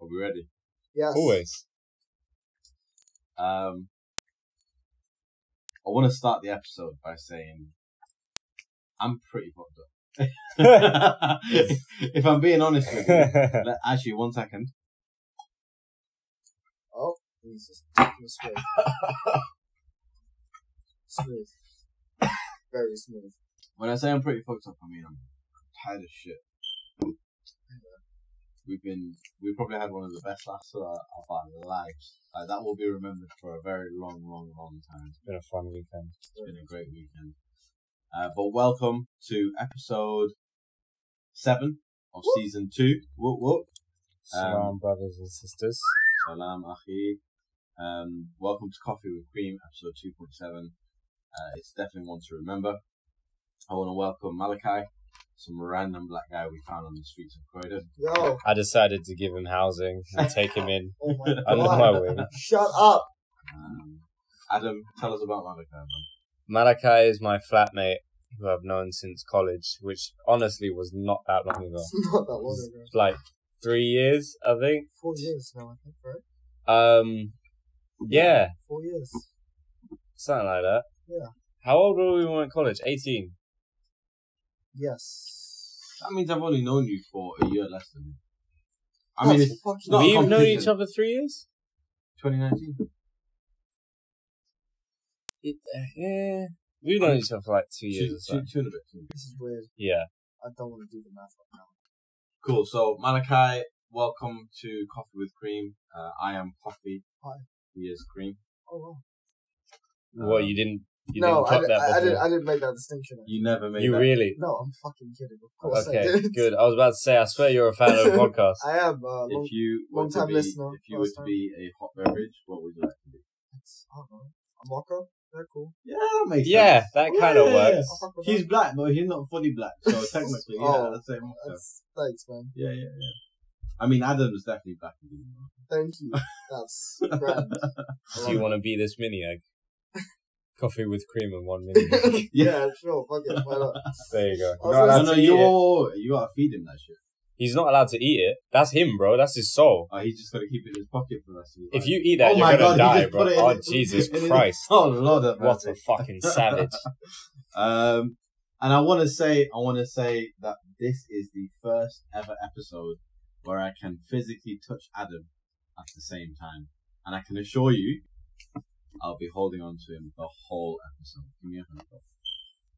Are we ready? Yes. Always. Um, I want to start the episode by saying I'm pretty fucked up. if I'm being honest with you, That's let, actually, one second. Oh, he's just taking a swig. smooth. Very smooth. When I say I'm pretty fucked up, I mean I'm tired as shit. We've been, we probably had one of the best laughs of our, of our lives. Like that will be remembered for a very long, long, long time. been a fun weekend. It's been a great weekend. Uh, but welcome to episode seven of season two. Whoop whoop. Um, Salam, brothers and sisters. Salam Achi. Um, welcome to Coffee with Cream, episode 2.7. Uh, it's definitely one to remember. I want to welcome Malachi, some random black guy we found on the streets of Croydon. Yo, I decided to give him housing and take him in oh my under god. my wing. Shut up. Um, Adam, tell us about Malachi, man. Malachi is my flatmate who I've known since college, which honestly was not that long ago. It's not that long ago. Like three years, I think. Four years now, I think, right? Um, yeah, Four years. something like that. Yeah. How old were we when we were in college? 18. Yes. That means I've only known you for a year less than you. I That's mean, it's fucking not a We've known competition. each other three years? 2019. It, uh, yeah. We've known each other for like two years or two, two, so. two and a bit. two and a bit. This is weird. Yeah. I don't want to do the math right now. Cool. So, Malachi, welcome to Coffee with Cream. Uh, I am Coffee. Hi. He is Cream. Oh wow. Well, Um, you didn't. You no, didn't I, cut did, that I, I before. didn't. I didn't make that distinction. You never made you that. really? No, I'm fucking kidding. Of course Okay, I did. good. I was about to say, I swear you're a fan of the podcast. I am. Uh, long, if you were to long-time be, listener, if you were first to time. be a hot beverage, what would you like to be? I don't know. A mocha. They're cool. Yeah, that makes yeah, Oh, that kind of Yeah. works. I'll fuck with He's that. black, but he's not fully black, so technically, yeah, Oh, that's the same. also. That's, thanks, man. Yeah, yeah, yeah. I mean, Adam's definitely black. and blue, Oh, man. Thank you. That's grand. Do you want to be this mini egg? Coffee with cream and one mini egg. yeah, sure. Fuck it. Why not? There you I go. was Not gonna allowed No, no, to you, eat it. are, you gotta feed him that shit. He's not allowed to eat it. That's him, bro. That's his soul. Oh, he's just gotta keep it in his pocket for the rest of his If life. you eat that, Oh you're my God, he gonna die, just bro. put it in Oh his- Jesus in his- Christ! Oh, Lord of What mercy. a fucking savage! Um, and I want to say, I want to say that this is the first ever episode where I can physically touch Adam at the same time, and I can assure you, I'll be holding on to him the whole episode. Give me a hand. bro.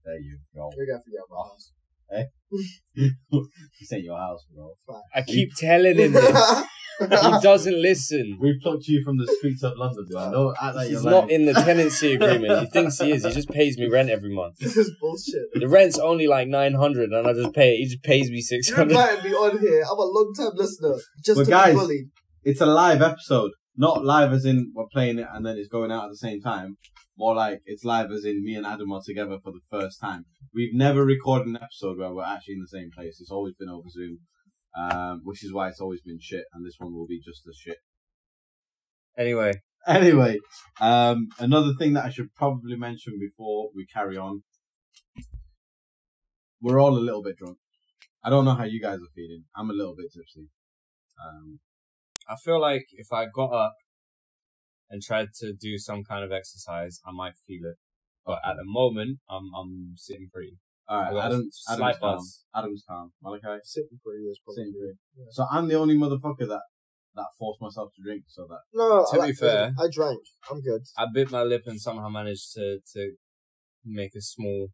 There you go. You're gonna forget about us. This ain't your house, bro. I keep telling him this. He doesn't listen. We plucked you from the streets of London, bro. Don't act like He's you're not lying. in the tenancy agreement. He thinks he is. He just pays me rent every month. this is bullshit. The rent's only like nine hundred, and I just pay. it. He just pays me six You hundred. invited me on here. I'm a long time listener. Just But to guys- be bullied. It's a live episode, not live as in we're playing it and then it's going out at the same time. More like it's live as in me and Adam are together for the first time. We've never recorded an episode where we're actually in the same place. It's always been over Zoom, um, which is why it's always been shit, and this one will be just as shit. Anyway, Anyway, um, another thing that I should probably mention before we carry on. We're all a little bit drunk. I don't know how you guys are feeling. I'm a little bit tipsy. Um, I feel like if I got up and tried to do some kind of exercise, I might feel it. But at the moment, I'm I'm sitting pretty. all right, Well, that's Adam, Adam's slight calm. buzz. Adam's calm. Malachi. Sitting for years, probably. Same drink. Yeah. So I'm the only motherfucker that that forced myself to drink. So that No, no, no, To I, be fair- I drank. I'm good. I bit my lip and somehow managed to to make a small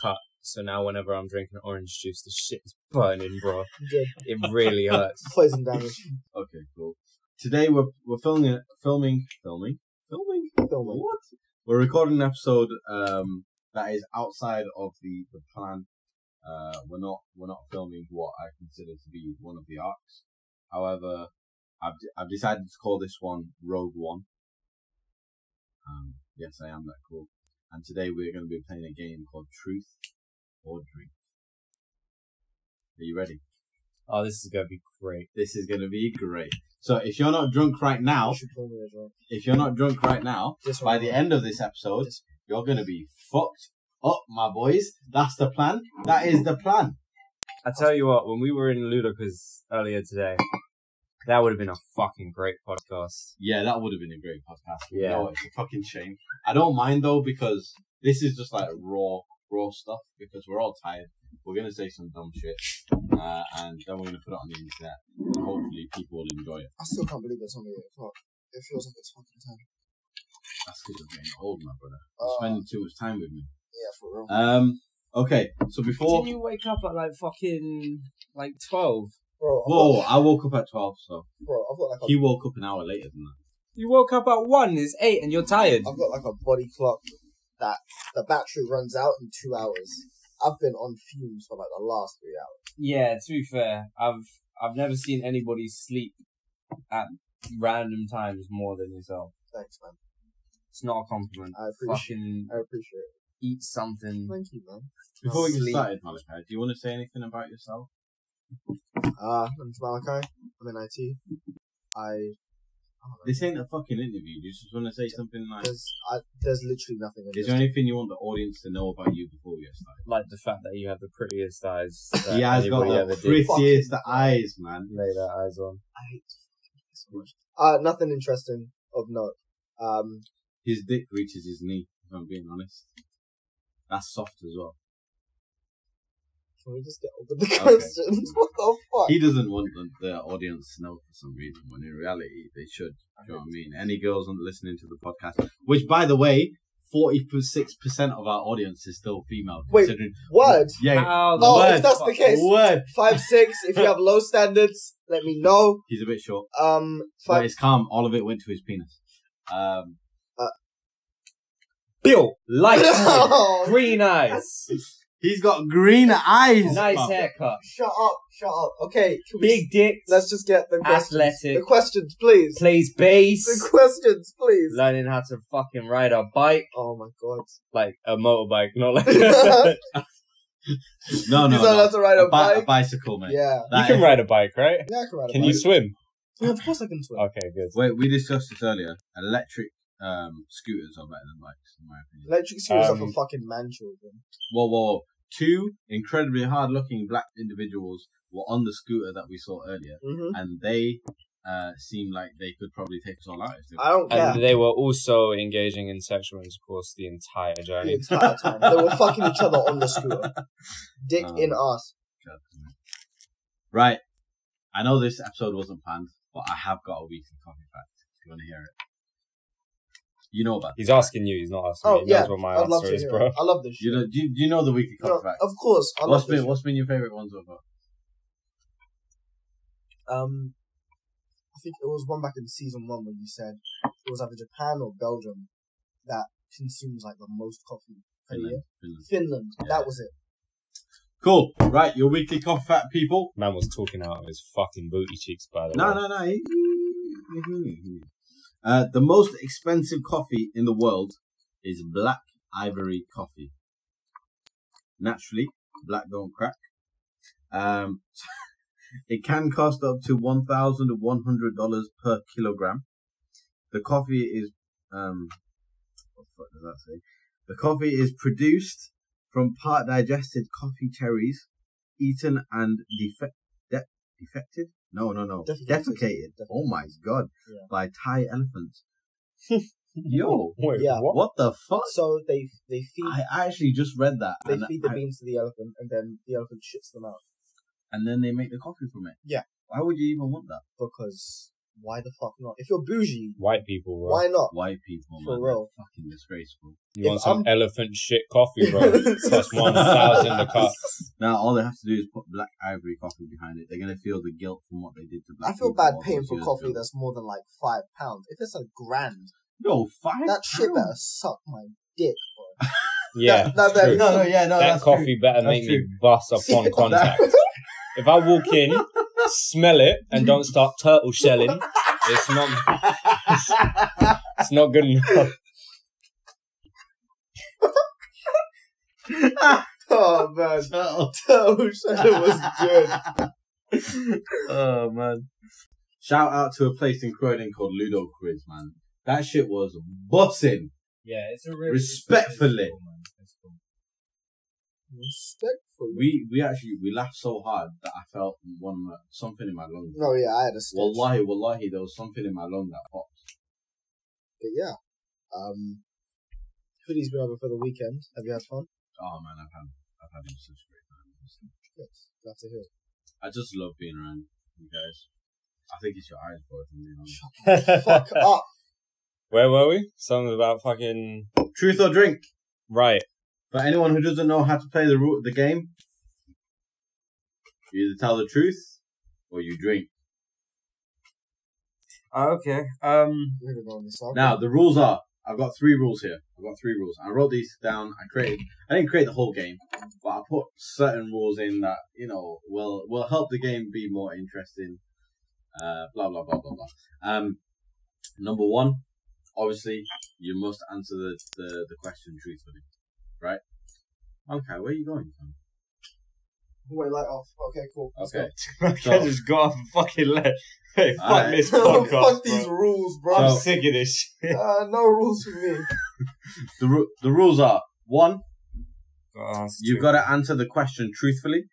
cut. So now whenever I'm drinking orange juice, the shit is burning, bro. I'm good. It really hurts. Poison damage. okay, cool. Today we're we're filming it- filming filming filming Filming. what? We're recording an episode um that is outside of the the plan. Uh, we're not we're not filming what I consider to be one of the arcs. However, I've de- I've decided to call this one Rogue One. Um, yes, I am that cool. And today we're going to be playing a game called Truth or Drink. Are you ready? Oh, this is gonna be great. This is going to be great. So if you're not drunk right now, You should call me a drunk. if you're not drunk right now, This by one. the end of this episode, you're going to be fucked up, my boys. That's the plan. That is the plan. I tell you what, when we were in Ludicrous earlier today, That would have been a fucking great podcast. Yeah, that would have been a great podcast. Yeah. No, it's a fucking shame. I don't mind though because this is just like raw, raw stuff because we're all tired. We're gonna say some dumb shit, uh, and then we're gonna put it on the internet. And hopefully, people will enjoy it. I still can't believe it's only 8 o'clock. It feels like it's fucking time. That's because I'm getting old, my brother. You're Uh, spending too much time with me. yeah, for real. Um. Okay. So before, Didn't you wake up at like fucking like twelve? Bro, I've whoa, got, I woke up at twelve. So bro, I've got like a he woke up an hour later than that. You woke up at one. It's eight, and you're tired. I've got like a body clock that the battery runs out in two hours. I've been on fumes for like the last three hours. Yeah, to be fair, I've I've never seen anybody sleep at random times more than yourself. Thanks, man. It's not a compliment. I appreciate. Fucking I appreciate it. eat something. Thank you, man. Before we get Sleep. started, Malachi, do you want to say anything about yourself? Uh, I'm Malachi. I'm in IT. I. I don't know. This ain't a fucking interview. You just want to say something like. There's, I, there's literally nothing. In Is this. there anything you want the audience to know about you before we get started? Like the fact that you have the prettiest eyes. He has got anybody the did. prettiest eyes, man. Lay their eyes on. I hate this fucking thing so much. Uh, nothing interesting of note. Um, His dick reaches his knee, if I'm being honest. That's soft as well. can we just get over the Okay. questions? what the fuck? He doesn't want the, the audience to know for some reason, when in reality, they should. Do you know what I mean? Any girls on- listening to the podcast, which, by the way, 46% of our audience is still female. Wait, considering, Word. Yeah, How Oh, Word. if that's the case, word. five six. If you have low standards, let me know. He's a bit short. Um, But five. it's calm. All of it went to his penis. Um, Bill, light skin, No. green eyes, he's got green eyes. nice man. haircut, Shut up! Shut up! Okay, can we- big dick, Let's just get the questions. athletic, The questions, please. plays The bass, questions, please. learning how to fucking ride a bike, Oh my god! like a motorbike, not like. He's you No, no, He's Oh, not no. allowed to ride a, a, bi- a bike. bicycle, man. Yeah. can ride a bike, right? Yeah, I can ride a Can bike. you swim? Yeah, of course I can swim. Okay, good. Wait, we discussed this earlier. Electric um, scooters are better than bikes, in my opinion. Electric scooters are Um, for fucking man children. Whoa, whoa, whoa. Two incredibly hard looking black individuals were on the scooter that we saw earlier, Mm-hmm. and they uh, seem like they could probably take us all out if they I don't care. And they were also engaging in sexual intercourse the entire The journey. entire time they were fucking each other on the scooter, dick Um, in ass. God damn it. Right. I know this episode wasn't planned, but I have got a weekly coffee fact if you want to hear it. You know about He's asking you, he's not asking Oh, me. He knows yeah, what my I'd love answer to is, hear. bro. it. I love this you shit. know, do, you, do you know the weekly coffee No, fact? of course, I What's love been this. what's been your favourite ones so far? shit. Um, I think it was one back in season one where you said it was either Japan or Belgium that consumes like the most coffee per year. Finland, Finland. Finland, Yeah. that was it. Cool. Right, your weekly coffee fact, people. Man was talking out of his fucking booty cheeks, by the No, way. no, no. he- he- he- he- Uh, the most expensive coffee in the world is black ivory coffee. Naturally, black don't crack. Um, it can cost up to one thousand one hundred dollars per kilogram. The coffee is um, what the fuck does that say? The coffee is produced from part digested coffee cherries, eaten and defe- de- defected. No, no, no. Defecated. Defecated. Oh my god. Yeah. By Thai elephants. Yo, Wait, Yeah. what? what the fuck? So they they feed I actually just read that. they and feed the I- beans to the elephant, and then the elephant shits them out and then they make the coffee from it. Yeah. Why would you even want that? because why the fuck not? If you're bougie, White people, bro. why not? White people, For man, real. they're fucking disgraceful. You want If some I'm- elephant shit coffee, bro? Cost one thousand a cup. Now all they have to do is put black ivory coffee behind it. They're gonna feel the guilt from what they did to black. I feel people bad all paying those for years coffee ago. that's more than like five pounds. If it's a grand, Yo, five. that shit pounds? better suck my dick. Yeah, That- that- it's true. that- No, no, yeah, no. that that's coffee better That's make me true. bust upon contact. if I walk in, smell it, and don't start turtle shelling, it's not True. it's not good enough. Oh man, Turtle. Turtle Shadow was good. oh man! Shout out to a place in Croydon called Ludo Quiz, man. That shit was bussing. Yeah, it's a Respectfully. Respectfully. We we actually we laughed so hard that I felt one of my, something in my lung. No, Oh, yeah, I had a stitch. Wallahi, wallahi, there was something in my lung that popped. But yeah. Um, hoodie's been over for the weekend. Have you had fun? Oh man, I've had I've had such a great time. honestly. Good. Glad to hear. I just love being around you guys. I think it's your eyes, boy. If I'm being honest. Fuck up. Where were we? Something about fucking Truth or drink? right. For anyone who doesn't know how to play the ru- the game, you either tell the truth or you drink. okay. Um. We're gonna go on this song. Now the rules are: I've got three rules here. I've got three rules. I wrote these down. I created. I didn't create the whole game, but I put certain rules in that you know will will help the game be more interesting. Uh, blah blah blah blah blah. Um, number one, obviously, you must answer the the, the question truthfully, right? Okay, where are you going? Tom? Oh, Wait, light off. Okay, cool. Let's Okay. go. I just got off and fucking left. Hey, fuck Alright. this Oh, podcast. Fuck bro. these rules, I'm bro. So- sick of this shit. Uh, no rules for me. The ru- the rules are one, Oh, it's You've too- got to answer the question truthfully.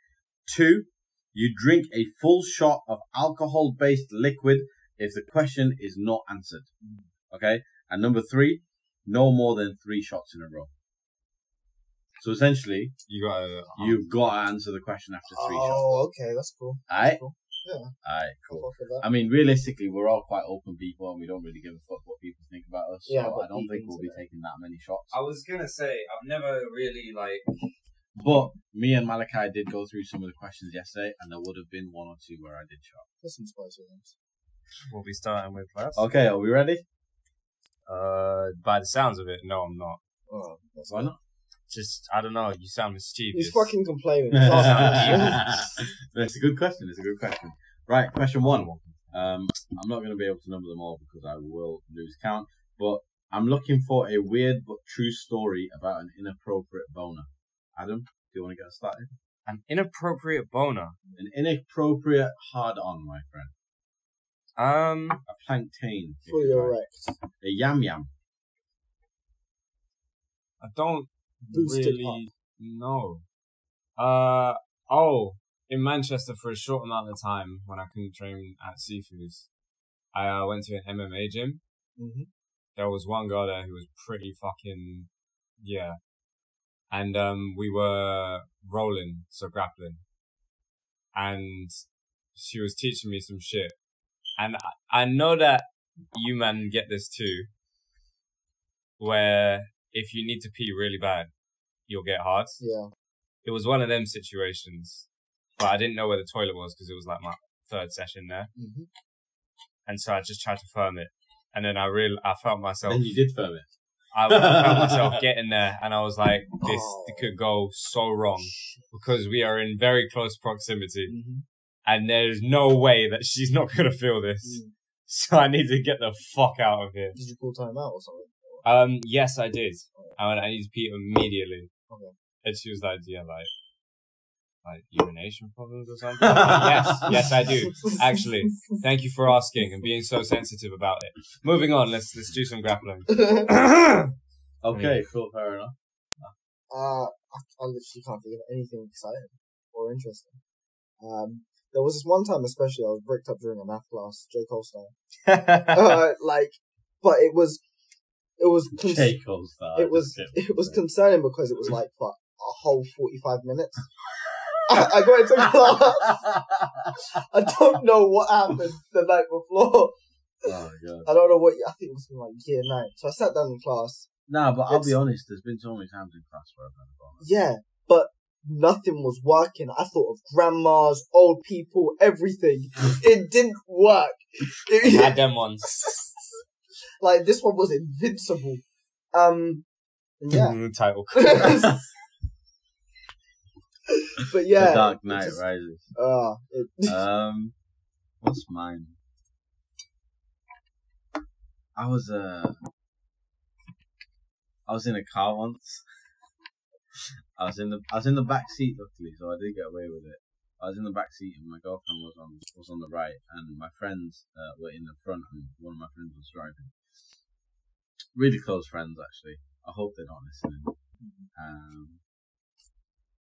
Two, you drink a full shot of alcohol based liquid if the question is not answered. Okay? And number three, no more than three shots in a row. So essentially, You uh, got to. you've got to answer the question after three shots. Ah. Oh, okay, that's cool. Alright? cool. Yeah. Alright, I'll cool. fuck with that. I mean, realistically, we're all quite open people and we don't really give a fuck what people think about us. Yeah, so but I don't think deep we'll into be taking that many shots. I was gonna say I've never really like. But me and Malachi did go through some of the questions yesterday, and there would have been one or two where I did shot. Put some spicy ones. We'll be starting with class. Okay, are we ready? Uh, by the sounds of it, no, I'm not. Oh, that's Why not? Just I don't know. You sound mischievous. He's fucking complaining. He's asking me. That's a good question. It's a good question. Right, question one. Um, I'm not going to be able to number them all because I will lose count. But I'm looking for a weird but true story about an inappropriate boner. Adam, do you want to get us started? An inappropriate boner. An inappropriate hard-on, my friend. Um, A plantain. if Fully you like. erect. A yam yam. I don't Boosted really know. Uh oh, in Manchester for a short amount of time when I couldn't train at Seafoods, I uh, went to an MMA gym. Mm-hmm. There was one girl there who was pretty fucking yeah, and um we were rolling so grappling, and she was teaching me some shit, and I, I know that you man get this too, where if you need to pee really bad, you'll get hard Yeah. it was one of them situations, but I didn't know where the toilet was because it was like my third session there, Mm-hmm. and so I just tried to firm it, and then I real I felt myself Then you did firm it. I, I felt myself getting there, and I was like, this Oh. could go so wrong because we are in very close proximity, Mm-hmm. and there's no way that she's not gonna feel this. Mm. So I need to get the fuck out of here. Did you call time out or something? Um, yes, I did. I went, I need to pee immedially. Okay. And she was like, yeah, like, like urination problems or something. yes, yes, I do. Actually, thank you for asking and being so sensitive about it. Moving on, let's let's do some grappling. uh, Okay, cool, fair enough. Uh, I, I literally can't think of anything exciting or interesting. Um, there was this one time, especially, I was bricked up during a math class, J Cole style. uh, like, but it was, it was, cons- Jay Cole's style. it was, it was concerning because it was like for a whole forty-five minutes. I, I got into class. I don't know what happened the night before. Oh god. I don't know what. I think it was like year nine. So I sat down in class. No, but I'll It's- be honest. There's been so many times in class where I've had a boner. Yeah, but nothing was working. I thought of grandmas, old people, everything. it didn't work. I It- had them ones. like this one was invincible. Um, and yeah, Title. but yeah, the Dark it Knight just- Rises. Uh, it, Um, what's mine? I was uh, I was in a car once. I was in the I was in the back seat luckily, so I did get away with it. I was in the back seat and my girlfriend was on was on the right, and my friends uh, were in the front, and one of my friends was driving. Really close friends, actually. I hope they're not listening. Um,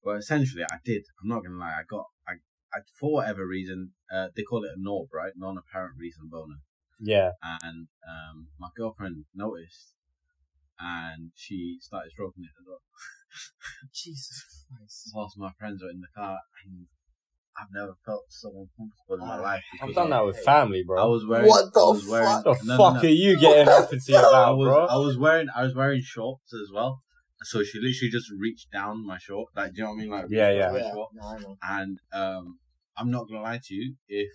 But essentially, I did. I'm not gonna lie. I got I, I for whatever reason, uh, they call it a knob, right? Non-apparent reason boner. Yeah. And um, my girlfriend noticed, and she started stroking it as well. Jesus Christ. Whilst my friends are in the car, and I've never felt so uncomfortable in my life. I've because done that with I- family, bro. I was wearing. Ah. What the I was wearing- fuck? the no, no, fuck no. are you getting uppity I about, was bro? I was wearing I was wearing shorts as well. So she literally just reached down my short, like do you know what I mean? Like Yeah, reached down my yeah. Yeah, short. no, I know. And um, I'm not gonna lie to you, if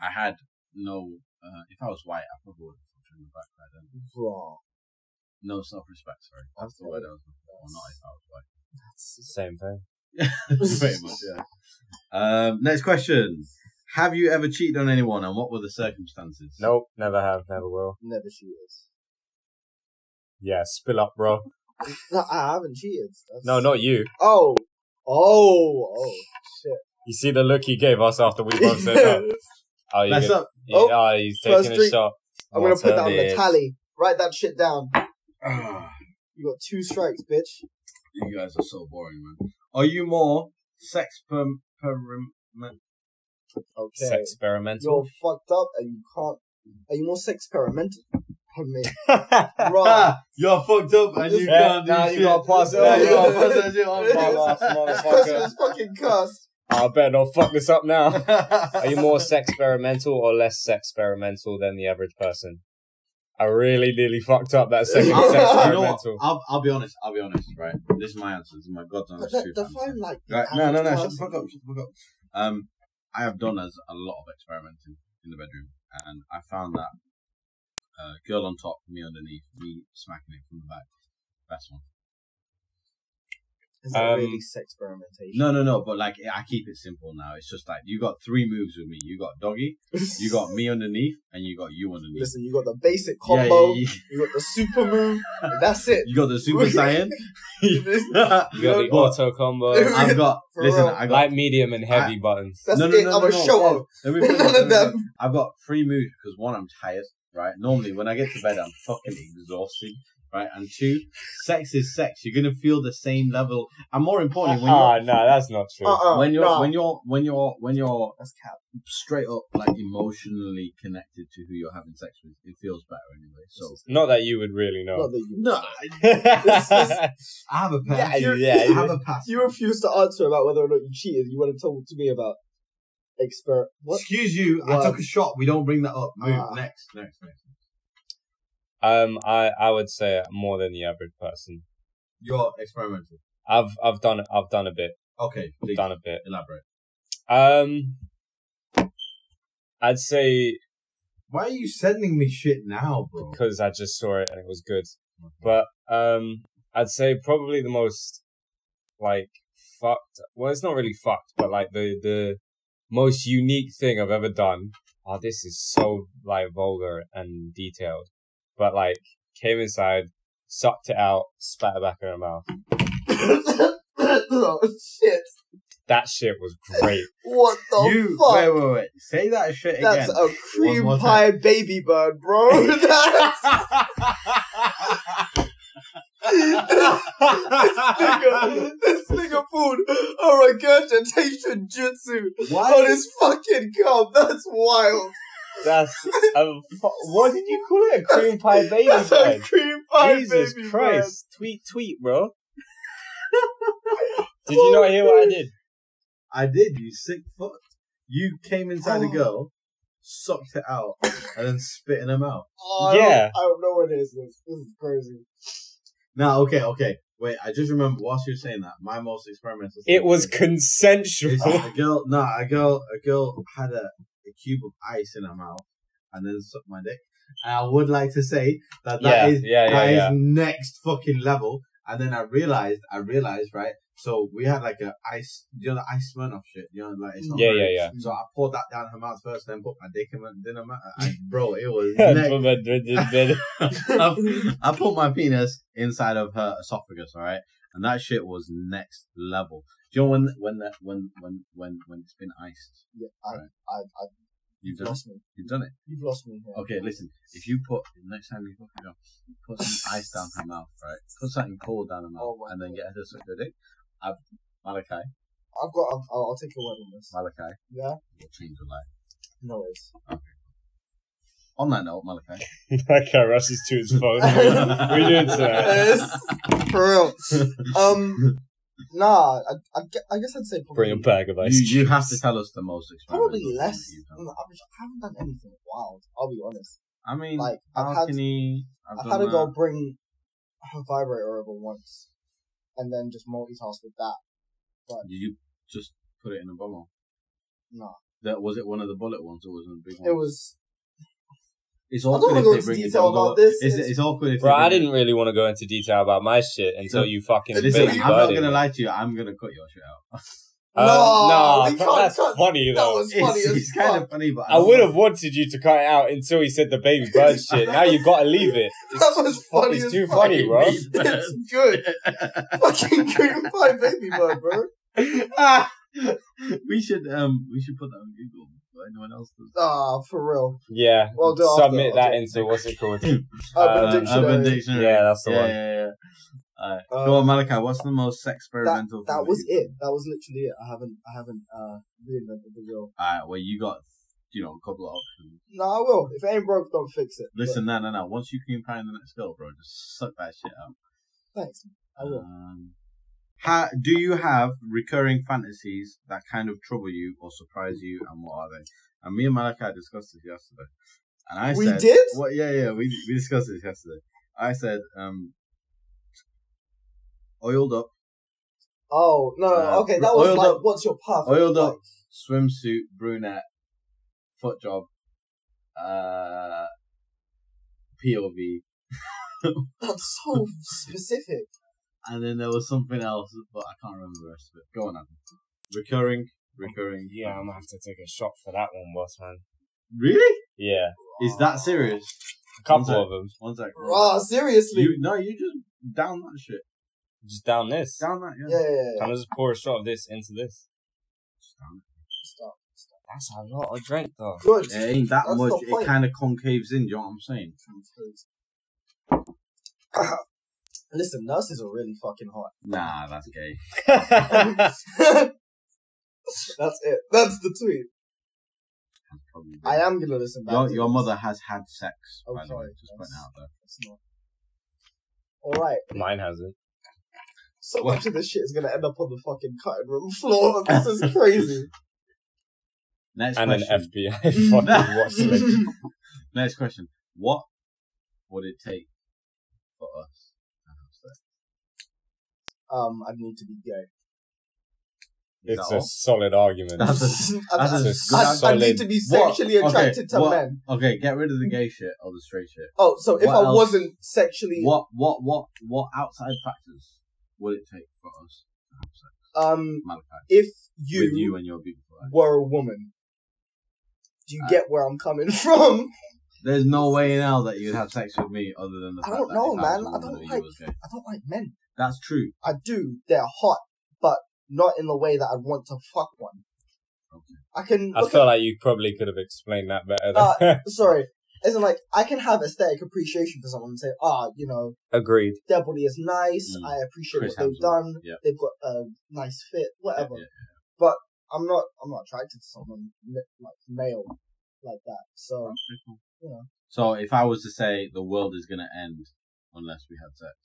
I had no, uh, if I was white, I probably would have turned my back by then. Wrong. No self-respect, sorry. That's the Okay. word I was looking for. Not if I was white. That's Same thing. Pretty much, yeah. Um, next question: Have you ever cheated on anyone, and what were the circumstances? Nope, never have, never will. never cheaters. Yeah, spill up, bro. No, I haven't cheated. That's... No, not you. Oh. Oh. Oh. Shit. You see the look he gave us after we both said no. Oh, you That's good. up. Yeah, Oh, oh, he's first taking a drink. shot. I'm going to What put a down the bitch. tally. Write that shit down. Ah. You got two strikes, bitch. You guys are so boring, man. Are you more sex per per Okay. It's You're experimental. fucked up and you can't. Are you more sex experimental? Pardon me. yeah, Right. You're fucked up and you Yeah, can't do now you shit. gotta pass it now, you Yeah, gotta pass that shit on, This boss. ass motherfucker. Christmas fucking cursed. I better not fuck this up now. Are you more sex experimental or less sex experimental than the average person? I really nearly fucked up that second You know sex You know what? experimental. I'll, I'll be honest. I'll be honest, right? This is my answer. This is my god's But honest that, truth. define answer. like the Oh, Right? No, no, average no. Shut the person. fuck up. Shut the fuck up. Um, I have done as a lot of experimenting in the bedroom, and I found that uh, girl on top, me underneath, me smacking it from the back. Best one. Is that Um, really sex experimentation? No, no, no. But like, I keep it simple now. It's just like you got three moves with me. You got doggy, you got me underneath, and you got you underneath. Listen, you got the basic Yeah, yeah, combo. yeah. You got the super move. and that's it. You got the super saiyan. You got the But auto combo, I've got. For listen, real. I got. light, medium, and heavy buttons. That's it. I'm a show no. off. Let me put it- let None of me put it- them. I've got three moves because one, I'm tired. Right. Normally, when I get to bed, I'm fucking exhausted. Right. And two, sex is sex. You're gonna feel the same level, and more importantly, when Ah, you're Uh, no, that's not true. Uh-uh. when you're nah. when you're when you're when you're That's cap. straight up like emotionally connected to who you're having sex with, it feels better anyway. So Not that you would really Not know. that you. No, This is- I have a Yeah, pass. you- I yeah, you- have a pass. You refuse to answer about whether or not you cheated. You want to talk to me about exper. What? Excuse you. I What? took a shot. We don't bring that up. Move Ah. next, next, next. um, I, I would say more than the average person. You're experimental. I've I've done I've done a bit. Okay, please Done a bit. elaborate. Um, I'd say Why are you sending me shit now, bro? because I just saw it and it was good. But um, I'd say probably the most like fucked. Well, it's not really fucked, but like the the most unique thing I've ever done. Oh, this is so like vulgar and detailed, but like came inside, sucked it out, spat it back in her mouth. oh shit! That shit was great. What the you fuck? wait, wait, wait. Say that shit That's again. a cream more time. pie baby bird, bro. That's nigga, this nigga pulled a regurgitation jutsu Why? on his fucking cum. That's wild. That's a fu- what did you call it? A cream pie baby? That's a bread? cream pie Jesus baby Christ! Tweet, tweet, bro. did you not hear what I did? I did. You sick fuck. You came inside a Oh. girl, sucked it out, and then spit in her mouth. bird. Oh, I Yeah. Don't, I don't know what it is. This, this is crazy. Now, okay, okay. Wait, I just remember whilst you were saying that, my most experimental. It was thing- consensual. It's a girl, no, a girl, a girl had a, a cube of ice in her mouth and then sucked my dick. And I would like to say that Yeah, that is that is yeah, yeah, yeah. next fucking level. And then I realized, I realized, right? So we had like a ice, you know, the ice Smirnoff shit, you know, like it's not Yeah, very- yeah, yeah. So I poured that down her mouth first, then put my dick in her, then her mouth. I, bro, it was next. That's I, I put my penis inside of her esophagus, all right, and that shit was next level. Do you know when when that when when when when it's been iced? Yeah, I, Right. I, I, You've you've done it. lost me. You've done it. You've lost me. Here. Okay, listen. If you put next time you fuck a girl, put some ice down her mouth, right? Put something cold down her mouth, Oh my and then get her to suck your dick. Ab- Malachi. I've got. I'll, I'll take your word on this. Malachi Yeah. will change your life. No worries. On that note, Malachi. that guy rushes to his phone. we doing tonight? Yes, for real. Um, nah. I, I, gue- I guess I'd say probably Bring a bag of ice. You, you have to tell us the most experimental probably thing less you've done. than the average. I haven't done anything wild. I'll be honest. I mean, Like, I've had- balcony. I've done had a that. girl bring her vibrator over once, and then just multitask with that. Did you just put it in a bottle? Nah. That was it. One of the bullet ones, or was it a big one? It was It's I don't awkward wanna if go they into bring it detail down. about though. this, It's, it's- it's awkward if Bro, they bring I it- didn't really want to go into detail about my shit until you fucking Listen, Listen, big I'm you not buddy. gonna lie to you. I'm gonna cut your shit out. No, Uh, nah, we but can't that's cut- funny that though. was funny It's, as it's fuck. kind of funny, but I would have wanted you to cut it out until he said the baby bird shit. Now you gotta leave it. that was funny. it's as too fuck. funny, bro. It's good. Fucking cream pie baby bird, bro. Ah! we should um we should put that on Google. So anyone else does. Ah, for real. Yeah. Well, do after, Submit I'll that do. into what's it called? Urban Uh, Dictionary. Urban Dictionary. Yeah, that's the yeah, one. Yeah, yeah, Alright. Um, Go on, Malachi. What's the most experimental? thing that was you've it. That was literally it. I haven't, I haven't uh, reinvented the wheel. done? Alright. Well, you got you know a couple of options. No, I will. If it ain't broke, don't fix it. Listen, no, no, no. Once you cream pie in the next girl, bro, just suck that shit up. But thanks. I will. Um, ha- do you have recurring fantasies that kind of trouble you or surprise you, and what are they? And me and Malachi discussed this yesterday, and I We said, did? Well, yeah, yeah, we we discussed this yesterday. I said, um, oiled up Oh no, Uh, okay. That was oiled like, up- what's your path? oiled Like, up swimsuit, brunette, foot job, uh, POV, That's so specific. and then there was something else, but I can't remember the rest of it. Go on, Adam. Recurring, recurring. Yeah, I'm gonna have to take a shot for that one, boss man. Really? Yeah. Is that serious? A One couple sec. of them. One sec. Raw, seriously. You no, you just down that shit. Just down this. Down that. Yeah. yeah, yeah, yeah. Can I just pour a shot of this into this? Just down Stop. That's a lot of drink though. Good. it. It ain't that That's much. the It point. kind of concaves in. Do you know what I'm saying? Listen, nurses are really fucking hot. Nah, that's gay. That's it. That's the tweet. Probably I am gonna listen back. Your, to your this. mother has had sex. By Okay, the way, just putting that's- it out there. It's not. All right. Mine hasn't. So What? much of this shit is gonna end up on the fucking cutting room floor. This is crazy. Next And an question. FBI fucking watch list. Next question. What would it take for us? to have sex? um, I'd need to be gay. Is It's that a all? solid argument. That's a- I'd, that's a I'd- I'd need solid- to be What? sexually Okay, attracted to what- men. Okay, get rid of the gay shit or the straight shit. Oh, so if What I else? wasn't sexually, What what what what outside factors would it take for us to have sex? um, Malachi, if you, with you and your beautiful wife. were a woman, do you Uh, get where I'm coming from? There's no way in hell that you'd have sex with me other than the I fact don't that know, if was man. a I woman don't that you like- was gay. I don't like men. That's true. I do. They're hot, but not in the way that I'd want to fuck one. Okay. I can. I look feel like you probably could have explained that better. Than at, sorry. Isn't like I can have aesthetic appreciation for someone and say, ah, you know, Agreed. their body is nice. Mm. I appreciate Chris what they've Hemsworth. done. Yeah. They've got a nice fit, whatever. Yeah, I'm not. I'm not attracted to someone ma- like male like that. So Yeah. So if I was to say the world is gonna end unless we had sex,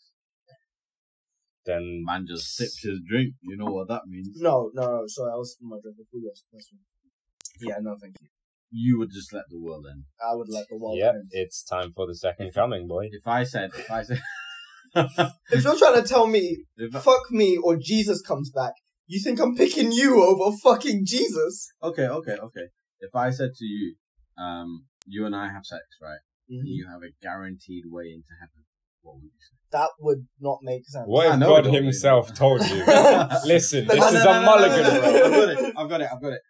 Then man just sips his drink. You know what that means. no, no, no. Sorry, I was my drink before you asked the question. Yeah, no, thank you. You would just let the world end. I would let the world yep, end. it's time for the second coming, boy. If I said, if I said, If you're trying to tell me if I- fuck me or Jesus comes back, you think I'm picking you over fucking Jesus? okay, okay, okay. If I said to you, um, you and I have sex, right? Mm-hmm. And you have a guaranteed way into heaven. What would you say? That would not make sense. What I if know God it don't Himself mean- told you? Listen, this No, is no, a no, no, mulligan, no, no, bro. no. I've got it. I've got it. I've got it.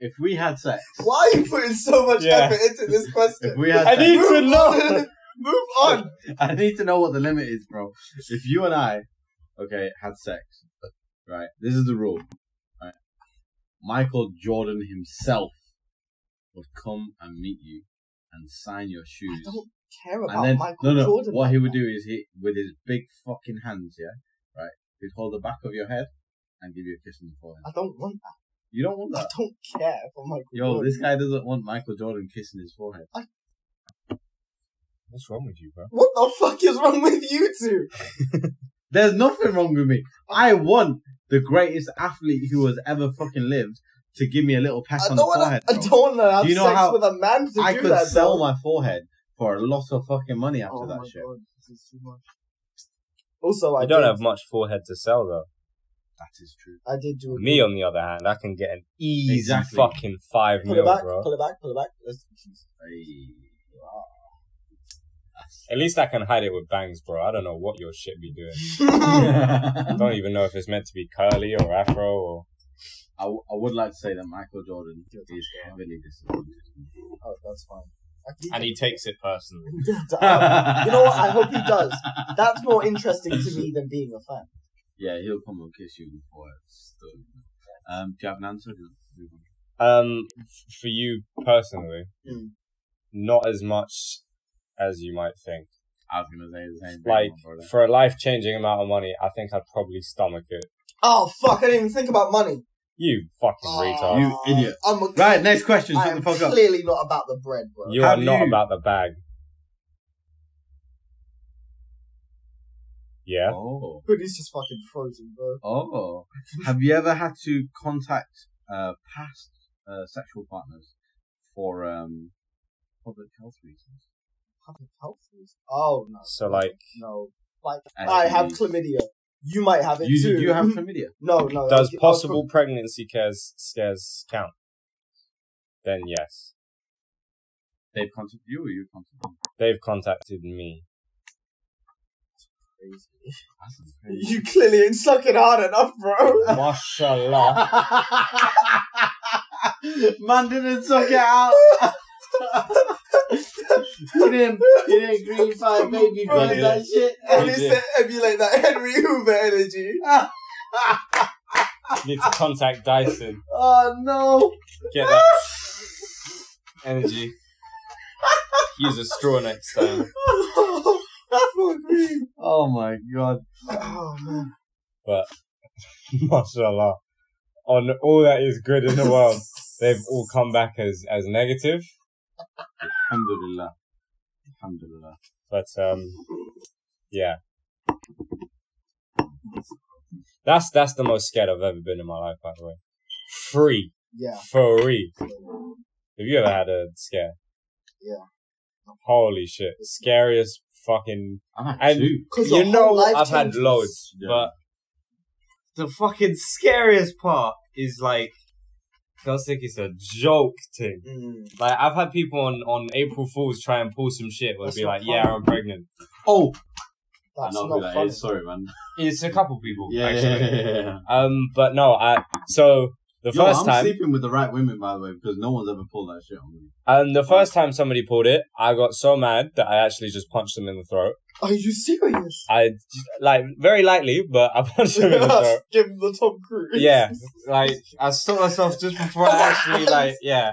If we had sex, Why are you putting so much Yeah. effort into this question? if we had I sex, need to know. Move on. I need to know what the limit is, bro. If you and I, okay, had sex, right? This is the rule, right? Michael Jordan himself would come and meet you and sign your I shoes. don't care about And then, Michael no, no, Jordan. what he like would that. do is he, with his big fucking hands, yeah, right, he'd hold the back of your head and give you a kiss on the forehead. I don't want that. You don't want I that. don't care for Michael Yo, Jordan. this guy doesn't want Michael Jordan kissing his forehead. What's wrong with you, bro? What the fuck is wrong with you two? There's nothing wrong with me. I want the greatest athlete who has ever fucking lived to give me a little peck I on don't the want forehead. to. I bro. don't want to have Do you know sex how- with a man to I do could that. sell bro. my forehead for a lot of fucking money after Oh that my shit. God, this is too much. Also, I You don't did, have much forehead to sell, though. That is true. I did do a Me, on the other hand, I can get an easy Exactly. fucking five Pull mil, it back, bro. pull it back, pull it back. Let's, Jesus. Hey. At least I can hide it with bangs, bro. I don't know what your shit be doing. Oh, I don't even know if it's meant to be curly or afro or. I, w- I would like to say that Michael Jordan is heavily disappointed. Oh, that's fine. I keep- And he takes it personally. Um, you know what? I hope he does. That's more interesting to me than being a fan. Yeah, he'll come and kiss you before it's done. Um, do you have an answer? Do you want to move on? Um, f- for you personally, Mm. not as much as you might think. I was gonna say the same thing. Like my brother. for a life changing amount of money, I think I'd probably stomach it. Oh fuck! I didn't even think about money. Oh, You fucking retard. You idiot. I'm a, right, next question. I Shut am the fuck up. clearly not about the bread, bro. You are Have not you- about the bag. Yeah. Oh, But he's just fucking frozen, bro. oh. Have you ever had to contact uh, past uh, sexual partners for um, public health reasons? Public health reasons? Oh no. So like, no. Like STDs. I have chlamydia. You might have it You, too. you have chlamydia. no, no. does okay, possible pregnancy cares scares count? Then yes, They've contacted you, or you contacted them. they've contacted me. that's crazy. That's insane. You clearly ain't sucking hard enough, bro. Mashallah. Man didn't suck it out. he didn't. He didn't greenify baby Bro, bro, that shit. At least they emulate that Henry Hoover energy. Need to contact Dyson. Oh no! Get that energy. Use a straw next time. Oh my god! oh man. Mashallah. On all that is good in the world, they've all come back as as negative. Alhamdulillah. Alhamdulillah. But um, yeah, that's that's the most scared I've ever been in my life. By the way, free, Yeah. free. Have you ever had a scare? Yeah. Holy shit! Scariest fucking. I'm at And two. Because you your know whole life I've had changes. loads, Yeah. but the fucking scariest part is like, I was think it's a joke thing. Mm. Like I've had people on on April Fools try and pull some shit where That's they be not like, funny. "Yeah, I'm pregnant." Oh, I That's know not who that funny. is. Sorry, man. It's a couple people Yeah, actually. yeah, yeah, yeah, yeah. Um, but no, I so the Yo, 1st I'm time sleeping with the right women, by the way, because no one's ever pulled that shit on me. and um, the first time somebody pulled it, I got so mad that I actually just punched them in the throat. Are you serious? I just- like very lightly, but I punched them in the throat. Give him the Tom Cruise. Yeah, like I saw myself just before I actually like yeah.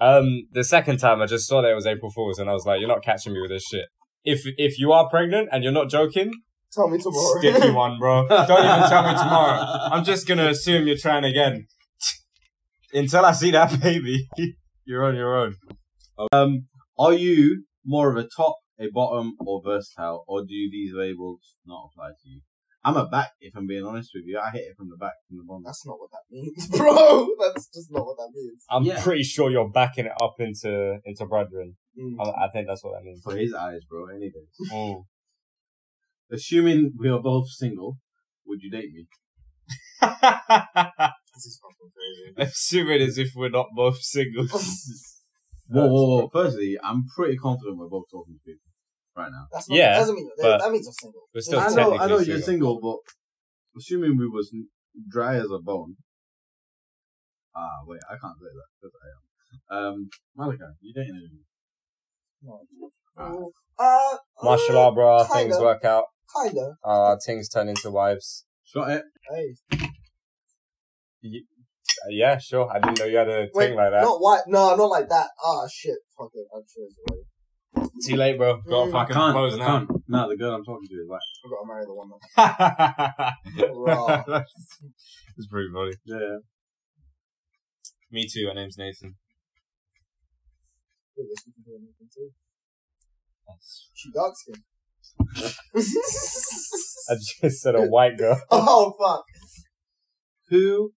Um, the second time I just saw that it was April Fools, and I was like, "You're not catching me with this shit." If if you are pregnant and you're not joking, Tell me tomorrow. sticky one, bro. Don't even tell me tomorrow. I'm just gonna assume you're trying again. Until I see that baby, you're on your own. Um, are you more of a top, a bottom, or versatile, or do these labels not apply to you? I'm a back, if I'm being honest with you. I hit it from the back, from the bottom. That's not what that means, bro. That's just not what that means. I'm Yeah. pretty sure you're backing it up into into brethren. Mm. I, I think that's what that means. For his eyes, bro, any day. Mm. Assuming we are both single, would you date me? This is fucking crazy. Assuming as if we're not both single. Whoa, whoa, whoa. Firstly, I'm pretty confident we're both talking to people right now. That's not, Yeah, that doesn't mean but- that means you're single. We're still I technically know, I know single. you're single, but assuming we was dry as a bone. Ah, wait, I can't say that because I am. Um, Malachi, you dating anyone? No. Ah. Uh, Martial art, bro. Our things Kinda. work out. Kinda. Our things turn into wives. Shot it. Hey. Uh, yeah, sure. I didn't know you had a Wait, thing like that. Not white. No, not like that. Ah, shit. Fuck it. I'm sure it's right. See you later, bro. Got Mm. a I fucking can't. pose I now. can't. No, the girl I'm talking to is like, I've got to marry the woman. Raw. That's that's pretty funny. yeah, yeah. Me too. My name's Nathan. Look at this, you can do anything too. That's She dark skin. I just said a white girl. oh fuck! Who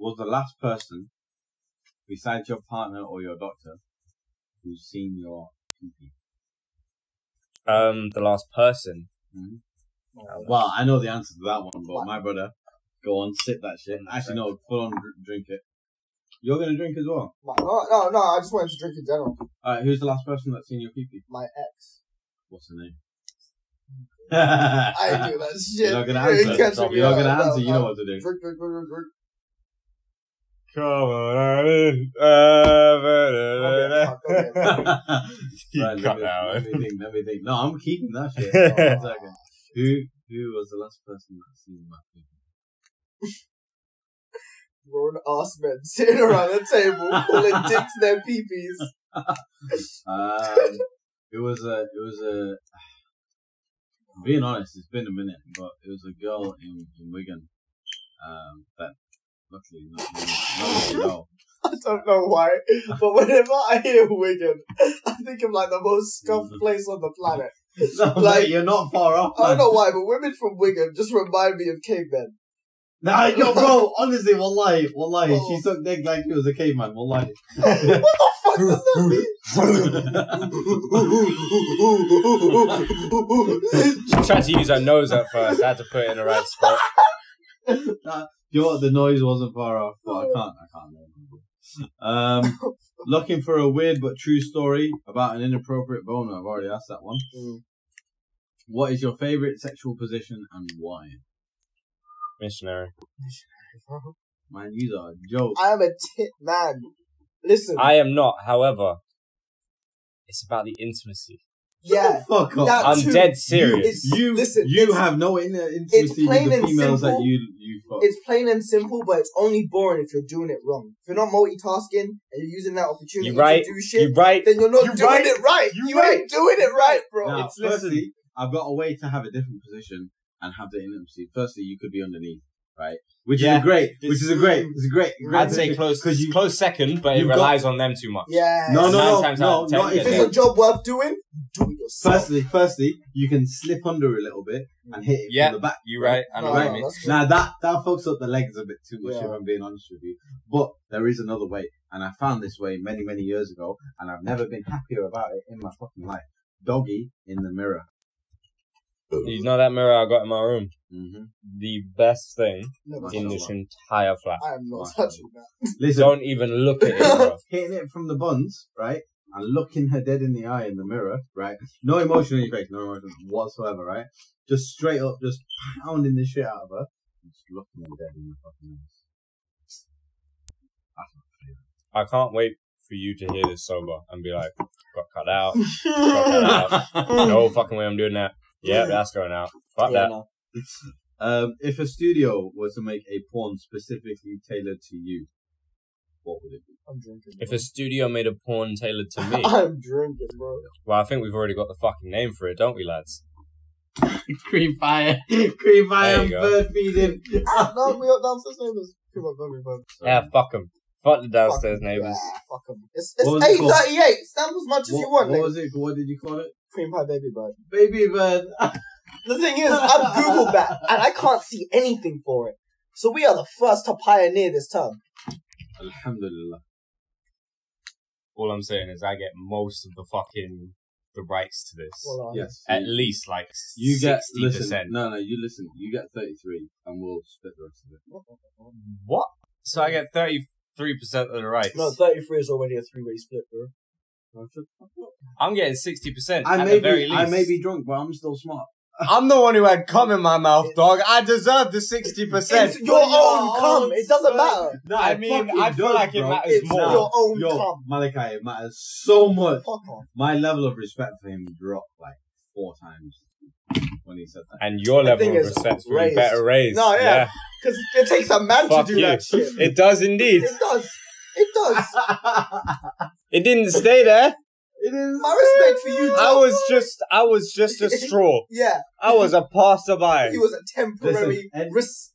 was the last person besides your partner or your doctor who's seen your pee? Um, the last person. Well, I know the answer to that one, but What? my brother, go on, sip that shit. Actually, no, full on dr- drink it. You're gonna drink as well. My, no, no, no, I just wanted to drink in general. Alright, Uh, who's the last person that's seen your pee? My ex. What's her name? I ain't do that shit. You're not gonna You ain't answer. catching me You're not out. gonna No, answer. You know no. what to do. Drink, drink, drink, drink, drink. Come on, in. Uh, Okay, okay. You Right, cut let, me, that out. let me think. Let me think. No, I'm keeping that shit. Yeah. One second. Who who was the last person that seen my pee? Grown ass men sitting around the table pulling dicks in their peepees. Um, it was a, it was a. Being honest, it's been a minute, but it was a girl in, in Wigan, um, that luckily not not really well. I don't know why, but whenever I hear Wigan, I think of like the most scuffed place on the planet. No, Like- mate, you're not far off. I don't man. know why, but women from Wigan just remind me of cavemen. No, I- no, bro. Honestly, wallahi, wallahi, Oh. she sucked dick like she was a caveman. Wallahi. What the fuck does that mean? She tried to use her nose at first. I had to put it in the right spot. You know what? The noise wasn't far off, but I can't. I can't remember. Um, looking for a weird but true story about an inappropriate boner. I've already asked that one. Mm. What is your favorite sexual position and why? Missionary. Man, you are a joke. I am a tit man. Listen, I am not, however. It's about the intimacy. yeah, Fuck off. That- I'm Two. dead serious. it's- you listen, you it's- have no in- intimacy plain with the and females that simple. you you fuck. it's plain and simple, but it's only boring if you're doing it wrong. If you're not multitasking and you're using that opportunity You right. to do shit, You right? then you're not You doing right. it right. You, You right. ain't doing it right, bro. now, it's- firstly, listen. I've got a way to have a different position and have the intimacy. Firstly, you could be underneath, right? Which is Yeah. a great, which It's- is a great, it's a great. great I'd say close, because you close second, but it you've got- relies on them too much. Yeah. No, no, Nine no, times no, out of ten, not yeah. If if it's it's a job worth doing, do it yourself. Firstly, firstly, you can slip under a little bit and hit it Yeah. from the back. You right? I know No, what no, you mean. that's good. Now that that fucks up the legs a bit too much, if Yeah. I'm being honest with you. But there is another way, and I found this way many many years ago, and I've never been happier about it in my fucking life. Doggy in the mirror. You know that mirror I got in my room? hmm The best thing No, Wow. that's in not- this entire flat. I am not Wow. touching that. Listen, Don't even look at it, bro. hitting it from the buns, right, and looking her dead in the eye in the mirror, right. No emotion in your face, no emotion whatsoever, right. Just straight up, just pounding the shit out of her, and just looking her dead in the fucking eyes. I can't wait for you to hear this sober and be like, got cut out, got cut out. No fucking way I'm doing that. Yeah, that's going out. Fuck Yeah, that. no. Um, if a studio were to make a porn specifically tailored to you, what would it be? I'm drinking. If bro. a studio made a porn tailored to me, I'm drinking, bro. well, I think we've already got the fucking name for it, don't we, lads? Cream fire, cream There you go. bird feeding. no, we are downstairs neighbors. Come on, baby, bro. Yeah, fuck 'em. Fuck the downstairs Fuck 'em. neighbours. Yeah, fuck 'em. It's, What was it it's called? 8.38. Stand as much as you What, want, what nigga. was it? What did you call it? Cream pie baby bird. Baby bird. The thing is, I've googled that and I can't see anything for it. So we are the first to pioneer this term. Alhamdulillah. All I'm saying is I get most of the fucking the rights to this. Well, uh, Yes. At you- least like You get sixty listen. percent. No, no. You listen. You get thirty-three, and we'll split the rest of it. What? So I get thirty three percent of the rights. No, 33 is already a three-way split, bro. I'm getting sixty percent I at may the very be. least. I may be drunk, but I'm still smart. I'm the one who had cum in my mouth, dog. I deserve the sixty percent. It's your own cum. It doesn't matters. No, I it mean, fucking I feel does, like it bro. matters It's more. your own Yo, cum. Malachi, it matters so much. Fuck off. My level of respect for him dropped like four times when he said that. And your level thing of is respect for me raised. better raised. No, yeah. Because it takes a man Fuck to do you. that shit. It does indeed. It does. It does. It didn't stay there. It is. My respect for you, I Joe. was just, I was just a straw. Yeah, I was a passerby. he was a temporary Listen, and- res-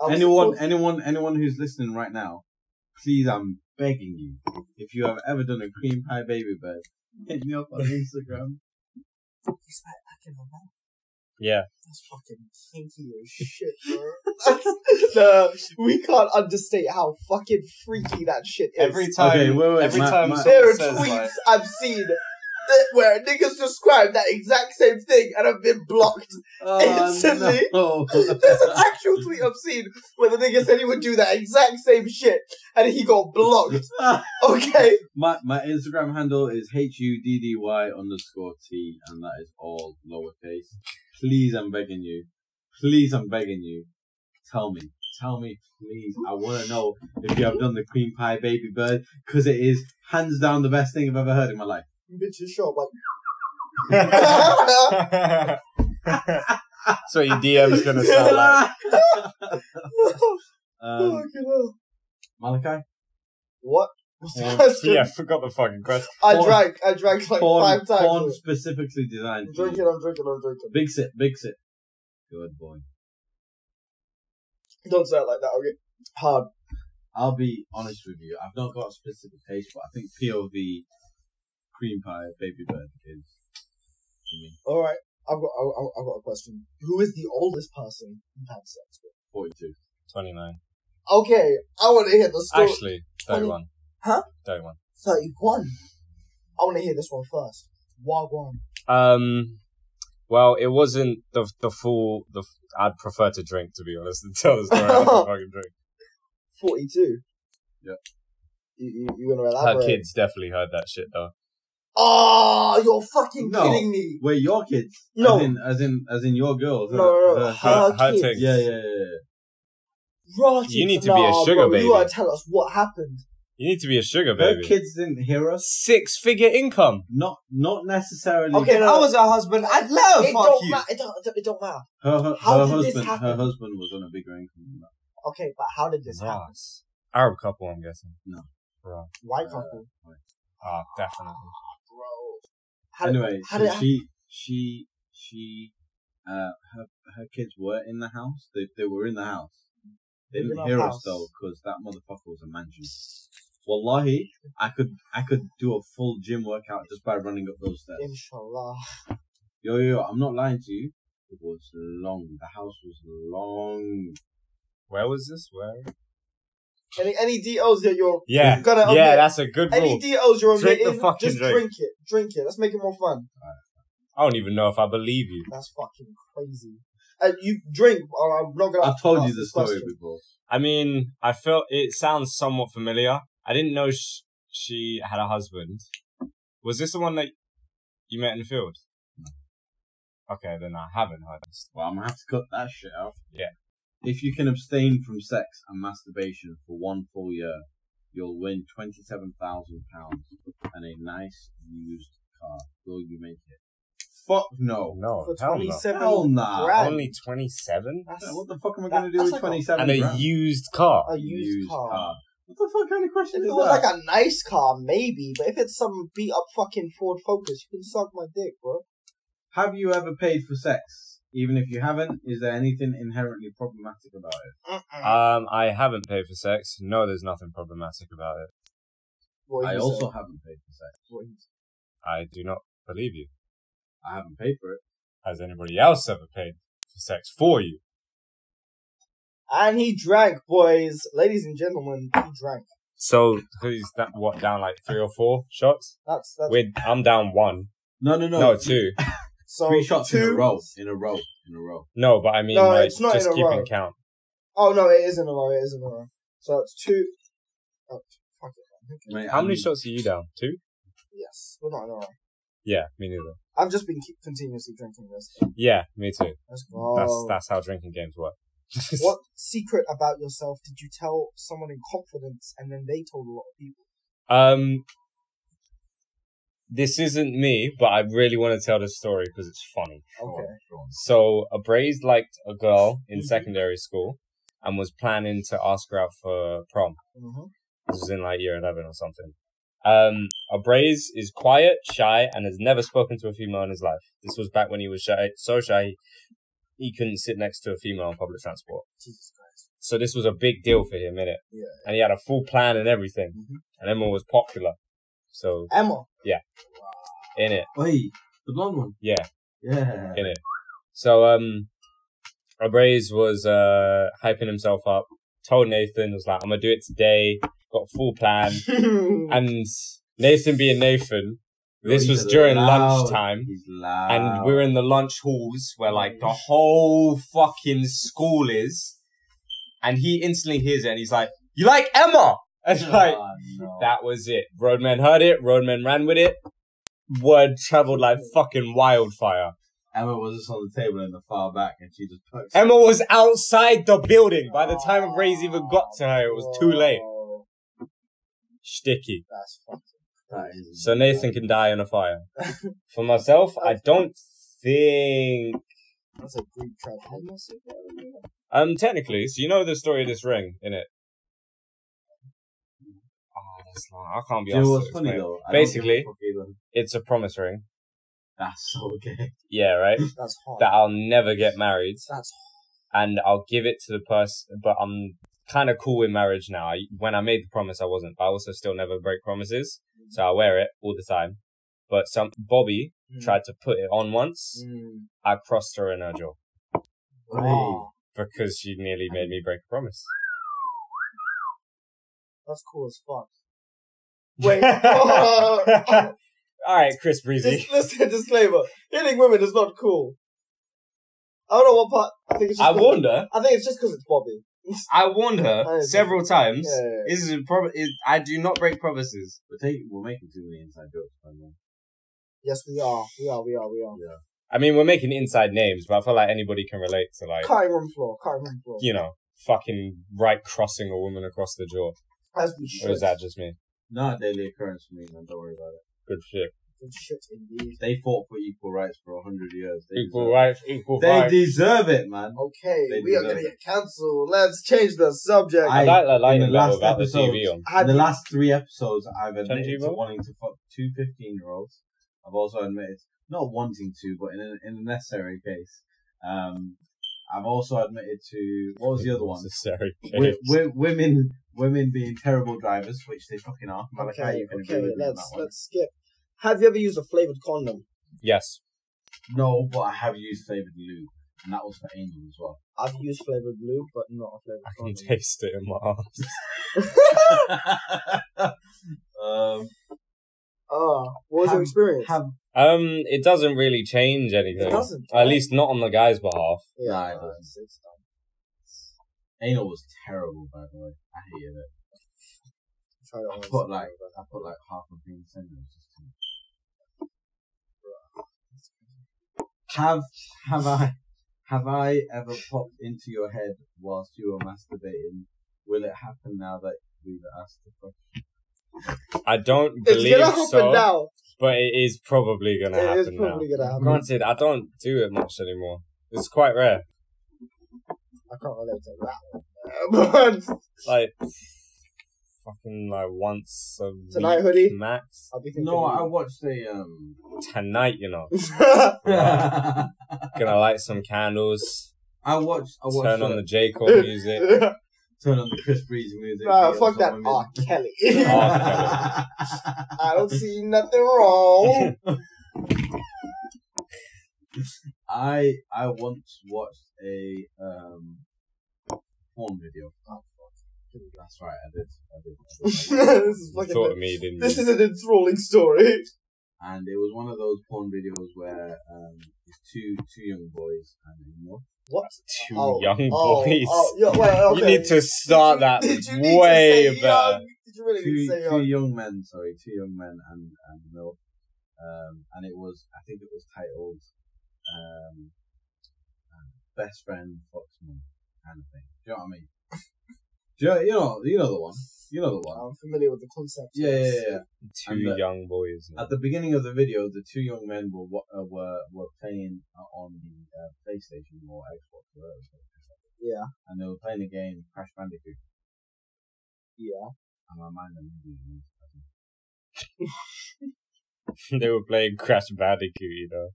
I was- Anyone, anyone, anyone who's listening right now, please, I'm begging you, if you have ever done a cream pie baby bird, hit me up on Instagram. He's like, I can remember. Yeah, That's fucking kinky as shit, bro. That's- no, we can't understate how fucking freaky that shit is. Every time, Okay, wait, wait, every my- time my- someone there are says, tweets like, I've seen that, where niggas describe that exact same thing and have been blocked. Oh, Instantly. no. There's an actual tweet I've seen where the nigga said he would do that exact same shit and he got blocked. Okay, my my Instagram handle is h u d d y underscore t, and that is all lowercase. Please, I'm begging you. Please, I'm begging you. Tell me, tell me, please. I want to know if you have done the cream pie baby bird because it is hands down the best thing I've ever heard in my life. bitch is short, but so your DM's gonna sound like um, Fucking hell. Malachi, what? What's the Well, question? yeah, I forgot the fucking question. I um, porn- drank, I drank like porn, five times. porn specifically designed I'm for drinking, you. I'm drinking, I'm drinking. Big sip, big sip. Good boy. Don't say it like that, okay? Hard. I'll be honest with you. I've not got a specific taste, but I think POV cream pie baby bird is for me All right, I've got, I've I've got a question. Who is the oldest person you've had sex with? forty-two. 29. Okay, I want to hear the story. Actually, 31. Huh? 31. Thirty-one. I want to hear this one first. Wagwan. Um, well, it wasn't the the full. The f- I'd prefer to drink, to be honest, than tell the story. I don't fucking drink. Forty-two. Yep. You, you, you gonna Her elaborate? kids definitely heard that shit though. Oh, you're fucking No. kidding me. Wait, your kids? No. as in as in as in your girls. No, no, no. Her- her- Her, her- her kids. thing. yeah, yeah, yeah, yeah. Right, You need to be a nah, sugar bro, baby. You gotta tell us what happened. You need to be a sugar Her baby. kids didn't hear us. Six figure income. Not not necessarily. Okay, if no, I no. was her husband, I'd love it fuck don't you. matter. It don't, it don't matter. Her her, How her did this husband her happen? husband was on a bigger income than that. Okay, but how did this happen? Nice. Arab couple, I'm guessing. No. Bro. White Uh, couple, Ah, definitely. bro. How did- anyway, how so did it she she she uh her her kids were in the house. They they were in the house. They They were didn't in hear the us house. though, because that motherfucker was a mansion. Wallahi, I could I could do a full gym workout just by running up those stairs. Inshallah. Yo yo, yo I'm not lying to you. It was long. The house was long. Where was this? Where? Any any DOs that you're Yeah. gonna omit? Yeah, that's a good any rule. DOs you're Drink the omitting? fucking Just drink. drink it, drink it. Let's make it more fun. I don't even know if I believe you. That's fucking crazy. Uh, you drink, or I'm not gonna. I've told you ask the this story question. before. I mean, I felt it sounds somewhat familiar. I didn't know sh- she had a husband. Was this the one that you met in the field? Okay, then I haven't heard this. Well, I'm gonna have to cut that shit out. Yeah. If you can abstain from sex and masturbation for one full year, you'll win twenty-seven thousand pounds and a nice used car. Will you make it? Fuck no. No, For hell no. twenty-seven Hell nah. grand. Only 27? That's What the fuck am I That- gonna do that's with like a- twenty-seven And a grand? used car. a used, car. What the fuck kind of question is If it that? was like a nice car, maybe, but if it's some beat up fucking Ford Focus, you can suck my dick, bro. Have you ever paid for sex? Even if you haven't, is there anything inherently problematic about it? Mm-mm. Um, I haven't paid for sex. No, there's nothing problematic about it. What I you also said. haven't paid for sex. What you said. I do not believe you. I haven't paid for it. Has anybody else ever paid for sex for you? And he drank, boys, ladies and gentlemen. He drank. So, who's that? What, down like three or four shots? That's that's We're, I'm down one. No, no, No, no. two. so Three shots two, in a row. In a row. In a row. No, but I mean, No, like, it's not just in a keeping row. count. Oh no, it is in a row. It is in a row. So it's two oh fuck it. I'm thinking- Mate, um, How many I'm- shots are you down? Two? Yes, we're not in a row. Yeah, me neither. I've just been keep continuously drinking this. Yeah, me too. Let's go. That's that's how drinking games work. Oh. What secret about yourself did you tell someone in confidence, and then they told a lot of people? Um, this isn't me, but I really want to tell this story because it's funny. Okay. So, Abraze liked a girl Mm-hmm. in secondary school and was planning to ask her out for prom. Mm-hmm. This was in like year 11 or something. Um, Abrez is quiet, shy, and has never spoken to a female in his life. This was back when he was shy, so shy he couldn't sit next to a female on public transport. Jesus Christ. So this was a big deal for him, innit? Yeah. And he had a full plan and everything. Mhm. And Emma was popular. So, Emma. in it, Wait, the blonde one. yeah, Yeah. in it. So, um, Abrez was, uh, hyping himself up, told Nathan, was like, I'm gonna do it today, got a full plan. and Nathan being Nathan, this He's was during loud. lunchtime. He's loud. And we're in the lunch halls where like the whole fucking school is. And he instantly hears it and he's like, You like Emma? And like, Oh, no. that was it. Roadmen heard it, Roadmen ran with it. Word traveled like fucking wildfire. Emma was just on the table in the far back, and she just pokes. Emma was outside the building. By the time Ray's even got to her, it was too late. Oh, Sticky. That's fucking That is- So Nathan can die in a fire. For myself, I don't think that's a Greek tragedy. Um, technically, so you know the story of this ring, innit? Oh, that's long. I can't be Do you know honest. what's funny though? I don't Basically- give a fuck either. It's a promise ring. that's so gay. Yeah, right. That's hard. that I'll never get married, That's and I'll give it to the person. But I'm kind of cool with marriage now. I, when I made the promise, I wasn't. But I also still never break promises, so I wear it all the time. But some Bobby Mm. tried to put it on once. Mm. I crossed her in her jaw Wow. because she nearly made me break a promise. That's cool as fuck. Wait. oh, All right, Chris Breezy. just, listen, disclaimer. Hitting women is not cool. I don't know what part. I think it's just I 'cause- warned her. I think it's just because it's Bobby. I warned I her agree. several times. Yeah, yeah, yeah. This is a prob- is, I do not break promises. We're taking, we're making too many inside jokes, by the way. Yes, we are. We are. We are. We are. I mean, we're making inside names, but I feel like anybody can relate to like, Cutting room floor. Cutting room floor. you know, fucking right crossing a woman across the jaw. As we Or should. is that just me? Not a daily occurrence for me, man. Don't worry about it. Good shit. Good shit indeed. They fought for equal rights for a hundred years. They Equal deserve- rights, equal They rights. deserve it, man. Okay, They we are deserve gonna it. get cancelled. Let's change the subject. I I- like that in lighting the level last without episode- the TV on. In the Have- last three episodes, I've Change admitted to evil? wanting to fuck two 15 year olds. I've also admitted, not wanting to, but in a, in a necessary case. Um, I've also admitted to, what was the other one? Necessary. Wi- wi- women, women being terrible drivers, which they fucking are. Malachi, okay, you can agree okay, with me on that let's one. let's skip. Have you ever used a flavored condom? Yes. No, but I have used flavored lube, and that was for anal as well. I've used flavored lube, but not a flavored I can condom. taste it in my arms. um, Ah, what was your Have- experience? have Um, it doesn't really change anything. it doesn't. At least not on the guy's behalf. Yeah, Nah, it no, doesn't. it's- it's done. anal was terrible, by the way. I hated it. Try it on. I put like I put like half a penis in it. Just to... Have have I have I ever popped into your head whilst you were masturbating? Will it happen now that we've asked the question? I don't it's believe gonna happen so, now. but it is probably gonna It happen is now. probably gonna happen. Granted, I don't do it much anymore. It's quite rare. I can't relate to that. but Like, fucking like once a week tonight, hoodie. max. I'll be thinking. No, I of watched a um. Tonight, you know, you. I gonna light some candles, watched. I watched. turn uh, on the J Cole music. turn on the Chris Breezy music. Nah, videos fuck on that women. R. Kelly. Oh, I don't see nothing wrong. I I once watched a um porn video. Oh, That's right, I did. I did. this is You fucking. thought of me, didn't This you? is an enthralling story. and it was one of those porn videos where um, it's two two young boys and a milf. What? Two Oh, young oh, boys. oh, yeah, well, You okay. need to start that Did you need to say uh, way young? better. Did you really need two to say two young? young men, sorry, two young men and and a milf. Um, and it was I think it was titled um, uh, "Best Friend Fucks Mum" kind of thing. Do you know what I mean? Do you, you know you know the one. You know the one. I'm familiar with the concept. Yeah, yeah, yeah, yeah. Two And the- young boys. At the beginning of the video, the two young men were wa- uh, were were playing uh, on the uh, PlayStation or Xbox, or whatever, it was. Yeah. and they were playing the game Crash Bandicoot. Yeah. And my mind immediately went to they were playing Crash Bandicoot, you know.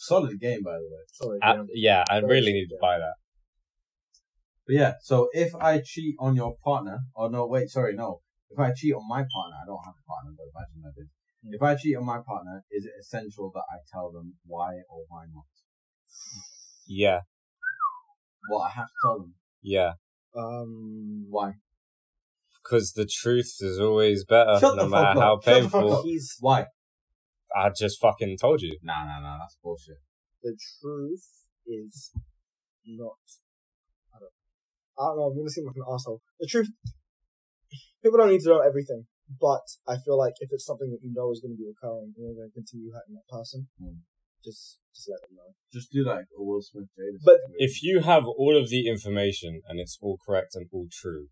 Solid game, by the way. Sorry, I, Graham. Uh, yeah, I Very really need to good. buy that. But yeah, so if I cheat on your partner, or no, wait, sorry, no. If I cheat on my partner, I don't have a partner, but imagine I did. If I cheat on my partner, is it essential that I tell them why or why not? Yeah, Well, I have to tell them yeah. Um, why. Because the truth is always better, Shut no the matter fuck how up. Shut the fuck painful. he's Why? I just fucking told you. Nah, nah, nah, that's bullshit. the truth is not. I don't. I don't know. I'm gonna seem like an asshole. The truth. People don't need to know everything, but I feel like if it's something that you know is going to be recurring, and you're going to continue hurting that person, Hmm. just just let them know. Just do like a Will Smith Jada But situation. If you have all of the information and it's all correct and all true,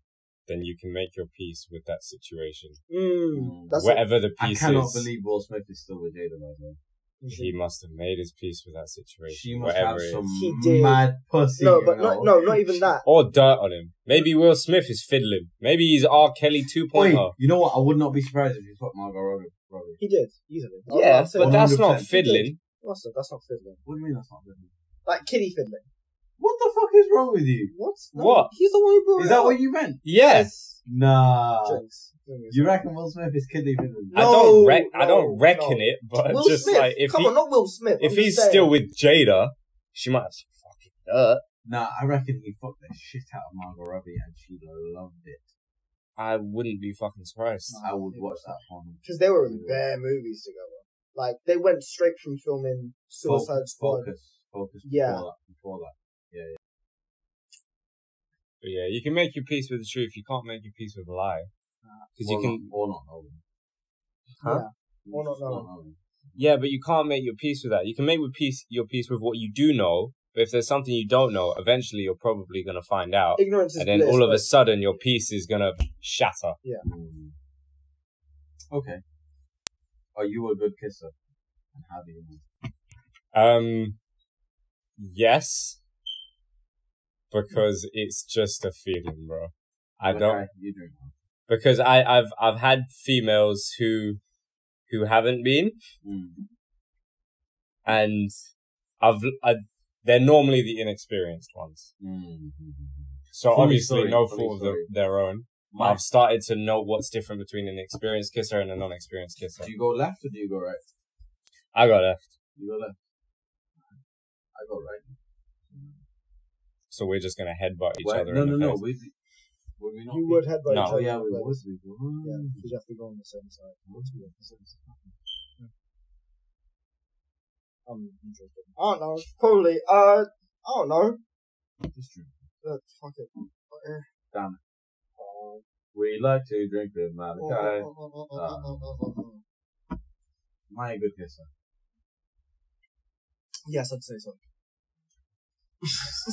then you can make your peace with that situation. Mm, that's Hmm. Whatever the I peace cannot is, believe Will Smith is still with Jada, by the way. Like, he must have made his peace with that situation. She must whatever have it some is. He did. mad pussy. no, you but know? not, no, not even that. Or dirt on him. Maybe Will Smith is fiddling. Maybe he's R. Kelly oh. 2.0. Wait, you know what? I would not be surprised if you fucked Margot Robbie. Robbie. He did easily. Oh, Yeah, but that's not 100%. fiddling. Also, that's not fiddling. What do you mean that's not good? Like kitty fiddling. What the fuck is wrong with you? What? What? He's the one who brought Is it that up. what you meant? Yes. Nah. Jinx. You reckon Will Smith is kidney villain? I don't No, re- I don't no, no. reckon it, but Will just Smith. like if Come he, on, not Will Smith. if I'm he's just saying. still with Jada, she might have some fucking dirt. Nah, I reckon he fucked the shit out of Margot Robbie and she loved it. I wouldn't be fucking surprised. I would watch that porn. because they were in bare movies together. Like they went straight from filming Suicide Focus, Squad. focus, focus before Yeah. that, before that. But yeah, you can make your peace with the truth. You can't make your peace with a lie. Because you Or can, not- or not Nolan. Huh? Yeah. Or not Nolan. yeah, but you can't make your peace with that. You can make with peace your peace with what you do know. But if there's something you don't know, eventually you're probably gonna find out, Ignorance is and then bliss. all of but a sudden your peace is gonna shatter. Mm. Okay. Are you a good kisser? And how do you know? Um, yes, because it's just a feeling, bro. I Okay, don't You don't know. because I I've I've had females who who haven't been, Mm. and I've I, they're normally the inexperienced ones. Mm. So Funny obviously, story, no funny fault of the, story. their own. Mike, I've started to know what's different between an experienced kisser and a non-experienced kisser. do you go left or do you go right? I got it. You go left. I go right. So we're just gonna headbutt each Where- other. no, in no, the no. face. We'd, be- would we not you be- would headbutt No. each Oh other. yeah, we but- would. We Mm. would. Yeah, because you have to go on the same side. I'm interested. I don't know. Probably. Uh, I don't know. It's true. Uh, fuck it. Uh, Damn it. uh, We like to drink with Oh, Malachi. uh, My good kisser. Yes, I'd say so. Is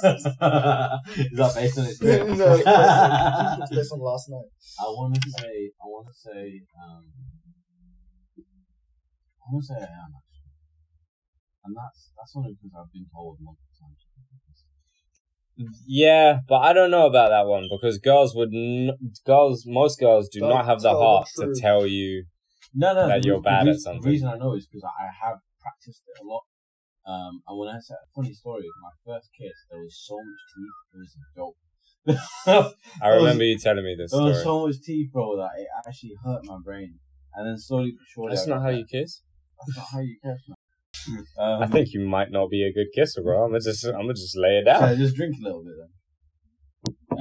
that based on experience? no, it's based on- it's based on last night. I want to say. I want to say. Um, I want to say I am actually, and that's that's only because I've been told multiple times. Yeah, but I don't know about that one because girls would n- girls most girls do Don't not have the tell the heart to truth. tell you. No, no. That the you're reas- bad the at reas- something. The reason I know is because I have practiced it a lot. Um, and when I said a funny story, my first kiss, there was so much teeth, it was dope. there I That was- remember you telling me this was story. so much teeth, bro, that it actually hurt my brain. And then slowly but surely, That's I not how got you kiss. better. That's not how you kiss, man. Um, I think you might not be a good kisser, bro. I'm gonna just I'm gonna just lay it should I down. just drink a little bit then.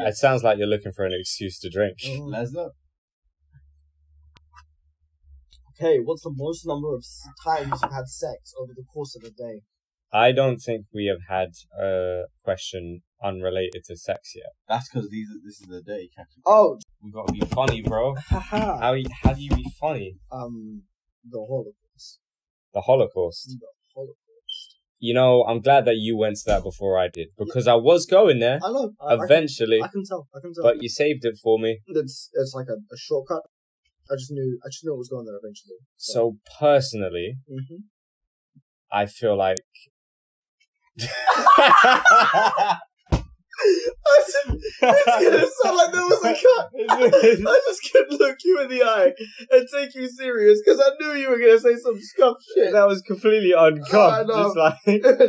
It sounds like you're looking for an excuse to drink. Uh-huh. Let's look. Okay, what's the most number of s- times you've had sex over the course of a day? I don't think we have had a question unrelated to sex yet. That's because these are, this is the dirty category. Oh, We gotta be funny, bro. haha. How how do you be funny? Um, the Holocaust. The Holocaust. The Holocaust. You know, I'm glad that you went to that before I did because I was going there I know. I, I, can, eventually, I can tell. I can tell. but you saved it for me. it's it's like a, a shortcut. I just knew. I just knew it was going there eventually. So personally, hmm I feel like I said, it's gonna sound like there was a cut. I just couldn't look you in the eye and take you serious because I knew you were gonna say some scuff shit. that was completely I uncuffed. know. just like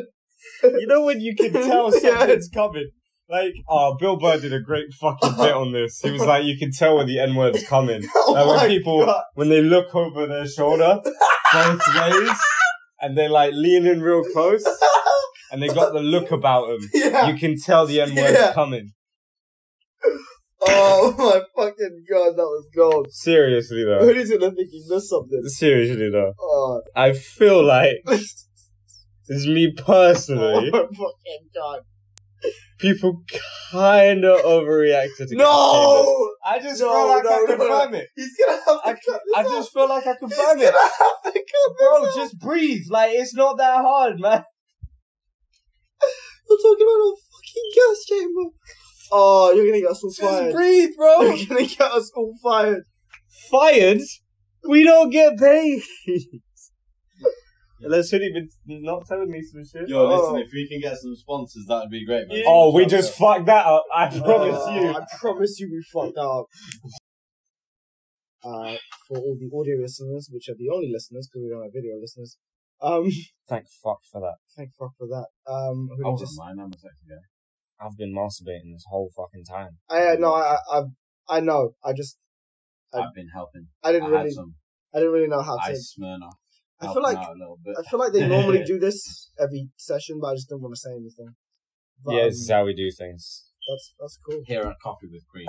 you know when you can tell Yeah. something's coming. Like, oh, Bill Burr did a great fucking bit on this. He was like, you can tell when the N word's coming. Oh Like, my when people, God. when they look over their shoulder both ways and they like lean in real close and they got the look about them, yeah. you can tell the N word's Yeah. coming. Oh my fucking god, that was gold. Seriously though. Who's gonna think he missed something? Seriously though. Oh, I feel like it's me oh personally. my fucking god. People kind of overreacted. to Kevin. No! I just No, feel like no, I no, confirm it. He's gonna have to I, cut this I out. just feel like I He's confirm gonna it, have to cut this bro. out. Just breathe. Like it's not that hard, man. We're talking about a fucking gas chamber. Oh, you're gonna get us all Just fired. breathe, bro. You're gonna get us all fired. Fired? We don't get paid. Unless you're even not telling me some shit. Yo, Oh. listen, if we can get some sponsors, that'd be great, man. Oh, we just fucked that up. I promise Oh, you. I promise you, we fucked up. Uh, for all the audio listeners, which are the only listeners because we don't have video listeners. Um, Thank fuck for that. thank fuck for that. Um, who I wasn't just lying, I'm a sexy guy. I've been masturbating this whole fucking time. I uh, no, I, I I I know. I just I- I've been helping. I I, didn't had really some I didn't really know how to. ice Smirnoff. I feel helping like out a little bit. I feel like they normally do this every session, but I just didn't want to say anything. But, yeah, um, this is how we do things. that's that's cool. Here at Coffee with Cream,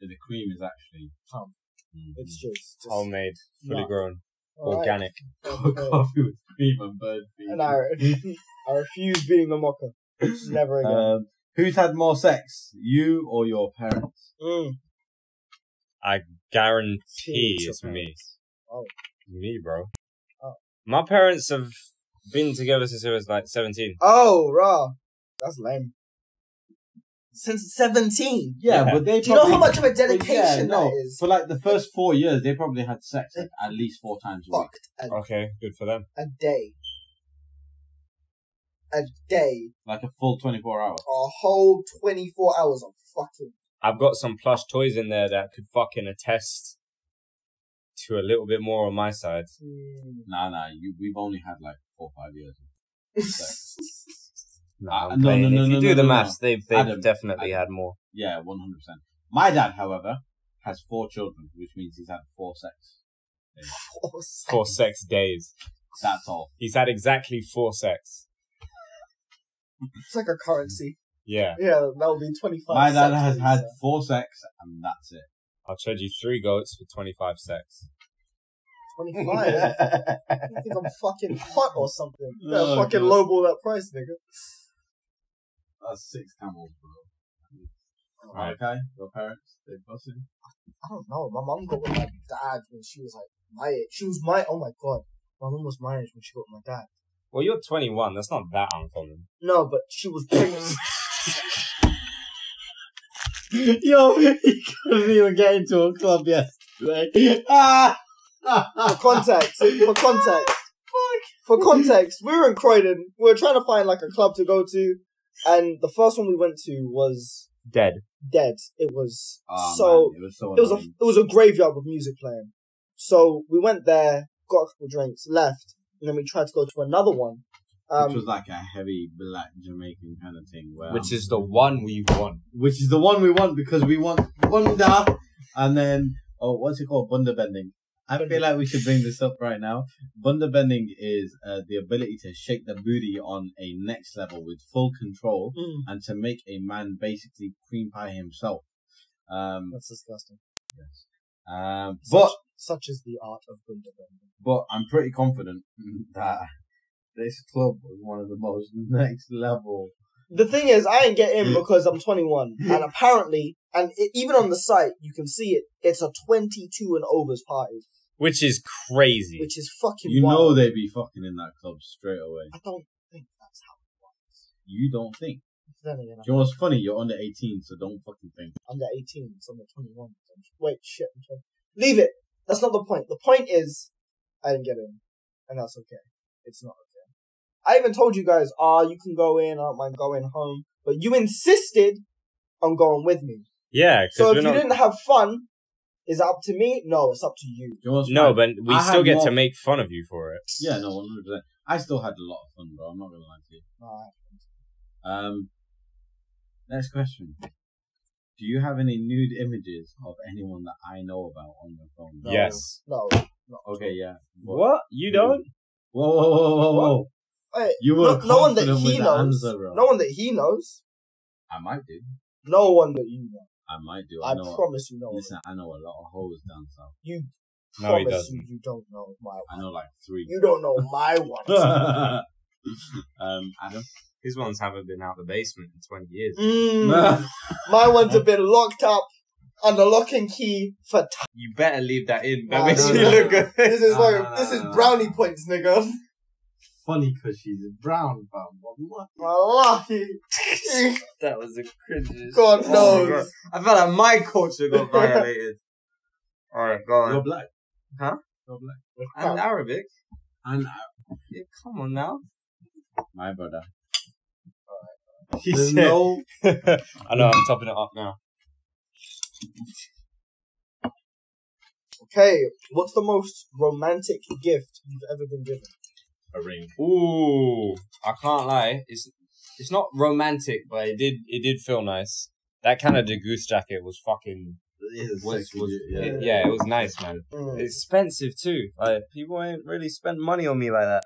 the cream is actually Pump. Mhm. It's just, just Homemade, fully Nah. grown, all right. organic. Okay. coffee with cream and bird feed. Oh. And I, I refuse being a mocker. Never again. Uh, Um, who's had more sex, you or your parents? Mm. Guarantee Teach your it's me. Oh. Me, bro. Oh. My parents have been together since I was like 17. Oh, raw. That's lame. Since 17. Yeah, Yeah. but they Do you know probably- how much of a but yeah, dedication no, that is? For like the first four years, they probably had sex like, at least four times a week. Fucked a, Okay, good for them. a day. A day. Like a full 24 hours. A whole 24 hours of fucking. I've got some plush toys in there that could fucking attest to a little bit more on my side. Mm. Nah, nah, you, we've only had like four or five years. Nah, Uh, I'm no, playing. no, no, if you no, do no, the no, maths, they've, they've Adam, definitely Adam. had more. Yeah, 100%. My dad, however, has four children, which means he's had four sex. Force. Four sex days. That's all. He's had exactly four sex. It's like a currency. Yeah, Yeah, that would be 25 My dad cents, has had so. four sex, and that's it. I'll trade you three goats for 25 sex. 25. You think I'm fucking hot or something? Yeah, Oh, fucking God. lowball that price, nigga. That's six camels, bro. Right. Okay, your parents, they bussing. I don't know. My mom got with my dad when she was like my age. She was my oh my god. My mom was my age when she got with my dad. Well, you're 21. That's not that uncommon. No, but she was pregnant. Yo, he couldn't even get into a club yesterday. Ah! for context. eh? For context. For context, we were in Croydon. We were trying to find like a club to go to, and the first one we went to was Dead. dead. It was Oh, so man, it was so it was a annoying. it was a graveyard with music playing. So we went there, got a couple drinks, left, and then we tried to go to another one. which Um, was like a heavy black Jamaican kind of thing. Where, Which is the one we want. which is the one we want because we want bunda, and then oh, what's it called? Bunda bending. I feel like we should bring this up right now. Bunda bending is uh, the ability to shake the booty on a next level with full control mm, and to make a man basically cream pie himself. Um, that's disgusting. um, Such, but such is the art of Gunda but I'm pretty confident that this club was one of the most next level. The thing is, I ain't get Mm. in because I'm 21, and apparently, and it, even on the site, you can see it. It's a 22 and overs party, Which is crazy. which is fucking. Mm. You know wild. they'd be fucking in that club straight away. I don't think that's how. You don't think. Then again, Do you know what's funny? You're under 18, so don't fucking think. I'm under 18, so I'm at 21. Wait, shit, I'm 20. Leave it. That's not the point. The point is, I didn't get in, and that's okay. It's not okay. I even told you guys, ah, you can go in. I don't mind going home, but you insisted on going with me. Yeah, because So we're if you not. didn't have fun, is it up to me? No, it's up to you. You know what's No, fine? but we I had still get to more- make fun of you for it. yeah, no, one hundred percent. I still had a lot of fun, bro. I'm not gonna lie to you. Alright. Um, next question: Do you have any nude images of anyone that I know about on your phone? No. Yes. No. Okay, yeah. What? You don't? Whoa, whoa, whoa, whoa, whoa! Wait, You were no, no one that confident with he the knows. answer, bro. no one that he knows. I might do. No one that you know. I might do. I, I, know. promise you no one. Listen, I know a lot of hoes down south. You No, he promise doesn't. you you don't know my one. I know like three. You don't know my one. um, Adam. His ones haven't been out the basement in 20 years. Mm, my ones have been locked up under lock and key for time. You better leave that in. That Nah, makes no, me no, look no. good. This is like Ah. this is brownie points, nigga. Funny because she's brown, but what? Wallahi. that was a cringe. God Oh my knows. God. I felt like my culture got violated. Alright, go You're on. black. Huh? You're black. I'm Arabic. And Yeah, come on now. my brother. He There's no I know, I'm topping it up now. Okay, what's the most romantic gift you've ever been given? a ring. Ooh, I can't lie. It's it's not romantic, but it did it did feel nice. That Canada Goose jacket was fucking was, was yeah. it- yeah. it was nice, man. Mm. Expensive too. Like people ain't really spent money on me like that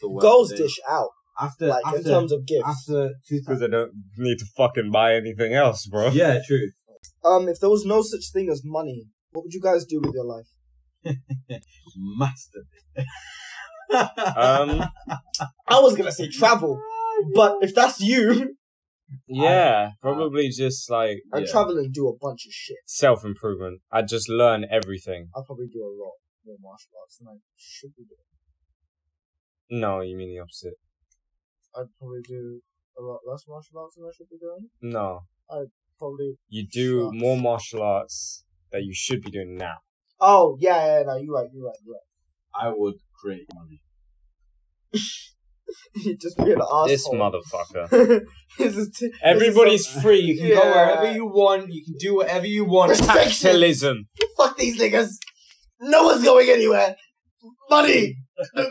The worst Girls thing. dish out, After like after in terms of gifts. after two I don't need to fucking buy anything else, bro. Yeah, true. Um, if there was no such thing as money, what would you guys do with your life? Master. Um. I was gonna say travel, but if that's you, Yeah. Probably just like I Yeah. travel and do a bunch of shit. self improvement. I just learn everything. I probably do a lot more martial arts than I should be doing. No, you mean the opposite. I'd probably do a lot less martial arts than I should be doing. No, Probably. you do Shucks. more martial arts that you should be doing now. Oh yeah, yeah, no, you're right, you're right, you're I would create money. right. You'd just be an asshole. This motherfucker. This is t- this is Everybody's some- free. You can go Yeah. wherever you want. You can do whatever you want. Restriction. Capitalism. Fuck these niggas. No one's going anywhere. Money.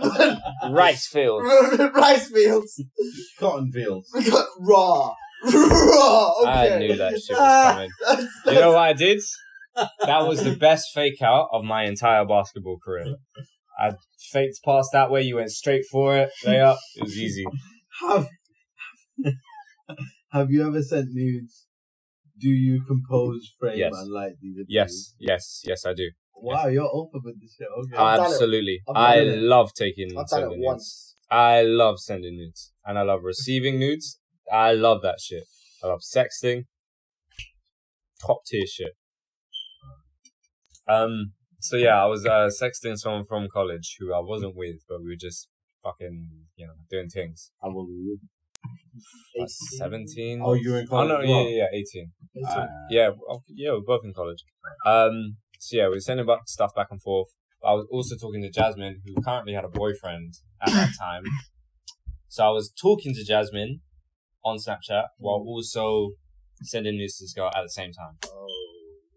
Rice fields. Rice fields. Cotton fields. Raw. Raw. Okay. Ah, I knew that shit was coming. That's- You know what I did? That was the best fake out of my entire basketball career. I faked past that way. You went straight for it. Lay up. It was easy. Have Have you ever sent nudes? Do you compose, frame, Yes. and like these? are Yes, yes, yes. I do. nudes? Wow, you're open with this shit. Okay. I've done it. Absolutely. I've I done it. love taking I've done it sending nudes. once. I love sending nudes, and I love receiving nudes. I love that shit. I love sexting. Top tier shit. Um. So yeah, I was uh, sexting someone from college who I wasn't with, but we were just fucking, you know, doing things. How old were you? Like Seventeen. Oh, you were in Oh college. no, as yeah, well? yeah, yeah, eighteen. Ah, Uh, Yeah, well, yeah, we're both in college. Um, so yeah, we were sending back stuff back and forth. I was also talking to Jasmine, who currently had a boyfriend at that time. So I was talking to Jasmine on Snapchat while also sending nudes to this girl at the same time.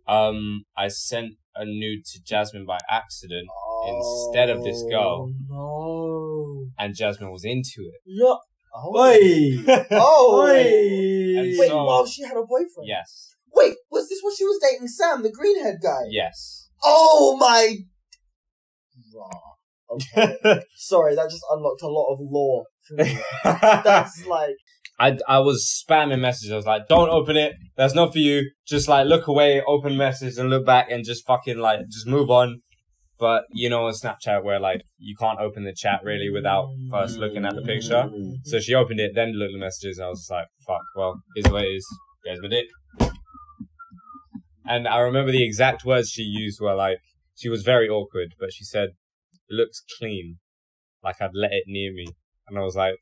Um, I sent a nude to Jasmine by accident, Oh, Instead of this girl. No. and Jasmine was into it. No. Oh. and Oh. so, Wait, while she had a boyfriend. yes, Wait, was this when she was dating Sam, the greenhead guy? yes. Oh my. Raw. Okay. Sorry, that just unlocked a lot of lore for me. That's like, I, I was spamming messages. I was like, don't open it. That's not for you. Just like look away, open message and look back and just fucking like, just move on. But you know, on Snapchat where like you can't open the chat really without first looking at the picture. Mm. So she opened it, then looked at the messages. I was just like, fuck, well, here's what it is. There's my dick. And I remember the exact words she used were like, she was very awkward, but she said, looks clean. Like I'd let it near me. And I was like,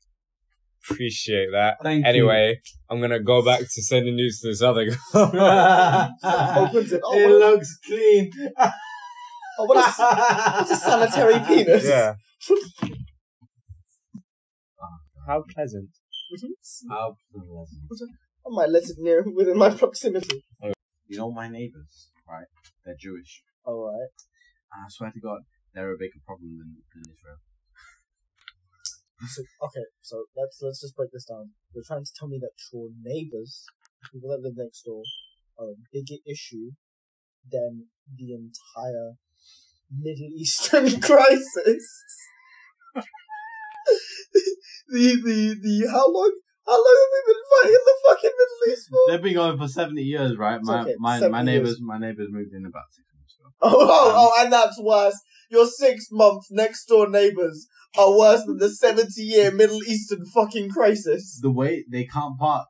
appreciate that. Thank Anyway, I'm gonna go back to sending news to this other you. girl. opens it. Oh, it what, a, looks clean. oh, what, a, what a sanitary penis. yeah. How pleasant. How pleasant. I might let it near within my proximity. You know my neighbours, right? They're Jewish. Alright. And I swear to God, they're a bigger problem than, than Israel. So, okay, so let's let's just break this down. You're trying to tell me that your neighbors, people that live next door, are a bigger issue than the entire Middle Eastern crisis. the the the how long how long have we been fighting the fucking Middle East for? They've been going for seventy years, right? It's My okay, my 70 my years. neighbours my neighbours moved in about six months ago. Oh, oh, oh, and that's worse. Your six month next door neighbors are worse than the 70 year Middle Eastern fucking crisis. The way they can't park.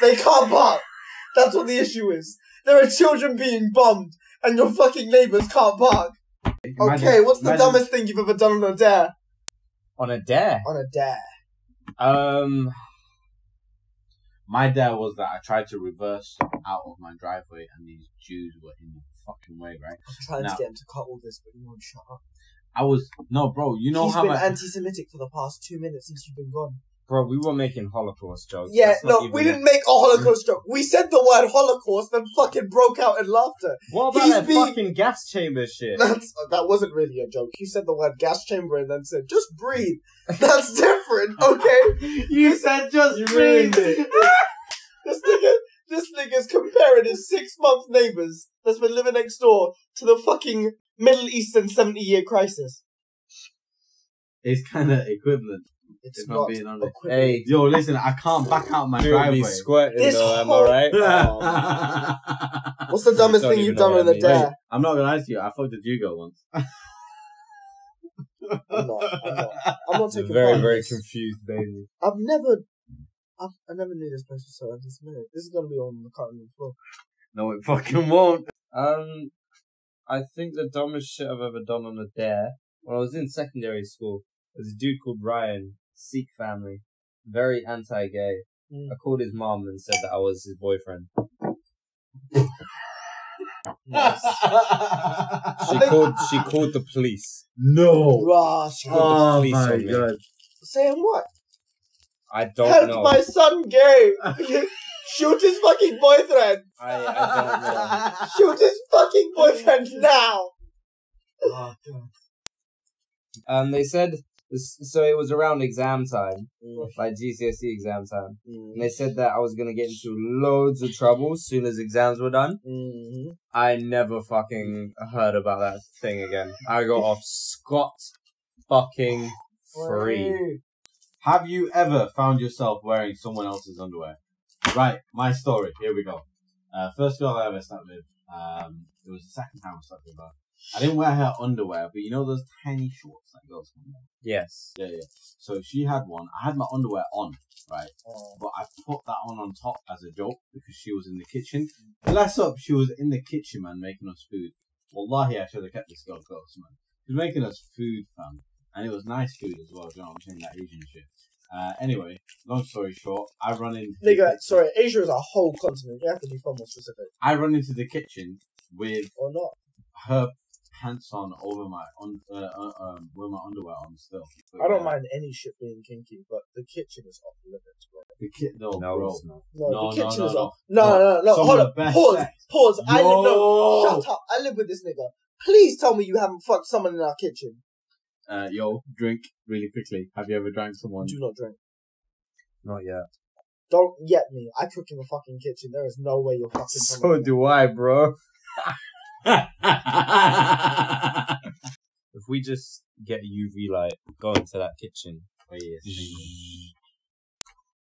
They can't park. That's what the issue is. There are children being bombed, and your fucking neighbors can't park. Imagine- okay, what's the imagine- dumbest thing you've ever done on a dare? On a dare. On a dare. Um, My dare was that I tried to reverse out of my driveway and these Jews were in the fucking way, right? I'm trying to No. get him to cut all this, but he won't shut up. I was no, bro. You know He's how been much anti Semitic for the past two minutes since you've been gone. bro, we were making Holocaust jokes. Yeah, That's not no, even- we didn't make a Holocaust joke. We said the word Holocaust, then fucking broke out in laughter. What about He's that being- fucking gas chamber shit? That's that wasn't really a joke. He said the word gas chamber and then said, "Just breathe." That's different, okay? you said just You ruined breathe. it. this nigga, this nigga's comparing his six-month neighbors that's been living next door to the fucking Middle Eastern seventy-year crisis. It's kind of equivalent. It's If I'm not being honest. equivalent. Hey, Yo, listen, I can't back out my dude, be driveway. Oh. squirting This though, am I whole- right? What's the dumbest Don't thing even you've know done what on that a means. dare? I'm not gonna lie to you. I fucked a Jugo once. I'm not. I'm not. I'm not taking Oh, Very, part. very confused baby. I've never. I've, I never knew this place was so anti-Semitic. This is gonna be on the cutting room floor. No, it fucking won't. Um, I think the dumbest shit I've ever done on a dare. When I was in secondary school, there's a dude called Ryan, Sikh family, very anti-gay. Mm. I called his mom and said that I was his boyfriend. She think- called. She called the police. no. Rush. Oh Please my don't make- god. Saying what? I don't Help know. my son gay. Shoot his fucking boyfriend. I, I don't know. Shoot his fucking boyfriend now. Ah, Um, they said this, so. It was around exam time, Hmm. like GCSE E exam time, and they said that I was gonna get into loads of trouble as soon as exams were done. Mhm. I never fucking heard about that thing again. I got off scot fucking free. Have you ever found yourself wearing someone else's underwear? Right, my story. Here we go. Uh, first girl I ever slept with, um, it was the second time I slept with her. I didn't wear her underwear, but you know those tiny shorts that girls can wear? Yes. Yeah, yeah. So she had one. I had my underwear on, right? But I put that on on top as a joke because she was in the kitchen. Bless up, she was in the kitchen, man, making us food. Wallahi, I should have kept this girl close, man. She was making us food, fam. And it was nice food as well, do you know what I'm saying? That Asian shit. Uh, anyway, long story short, I run into the Nigga, kitchen- sorry, Asia is a whole continent. You have to be far more specific. I run into the kitchen with Or not. her pants on over my un- uh, uh, um, with my underwear on still. I don't mind any shit being kinky, but the kitchen is off limits, bro. the kid though, No, bro. it's not. No, No, the no, kitchen no, is no. off. No, no, no. no. Some Hold of up. the best Pause. sex. Pause. I live. Yo. No. Shut up. I live with this nigga. Please tell me you haven't fucked someone in our kitchen. uh, yo, drink really quickly. Have you ever drank someone? Do not drink. Not yet. Don't yet me. I cook in the fucking kitchen. There is no way you're fucking. So someone. do I, bro. oh, If we just get a UV light, go into that kitchen. yes.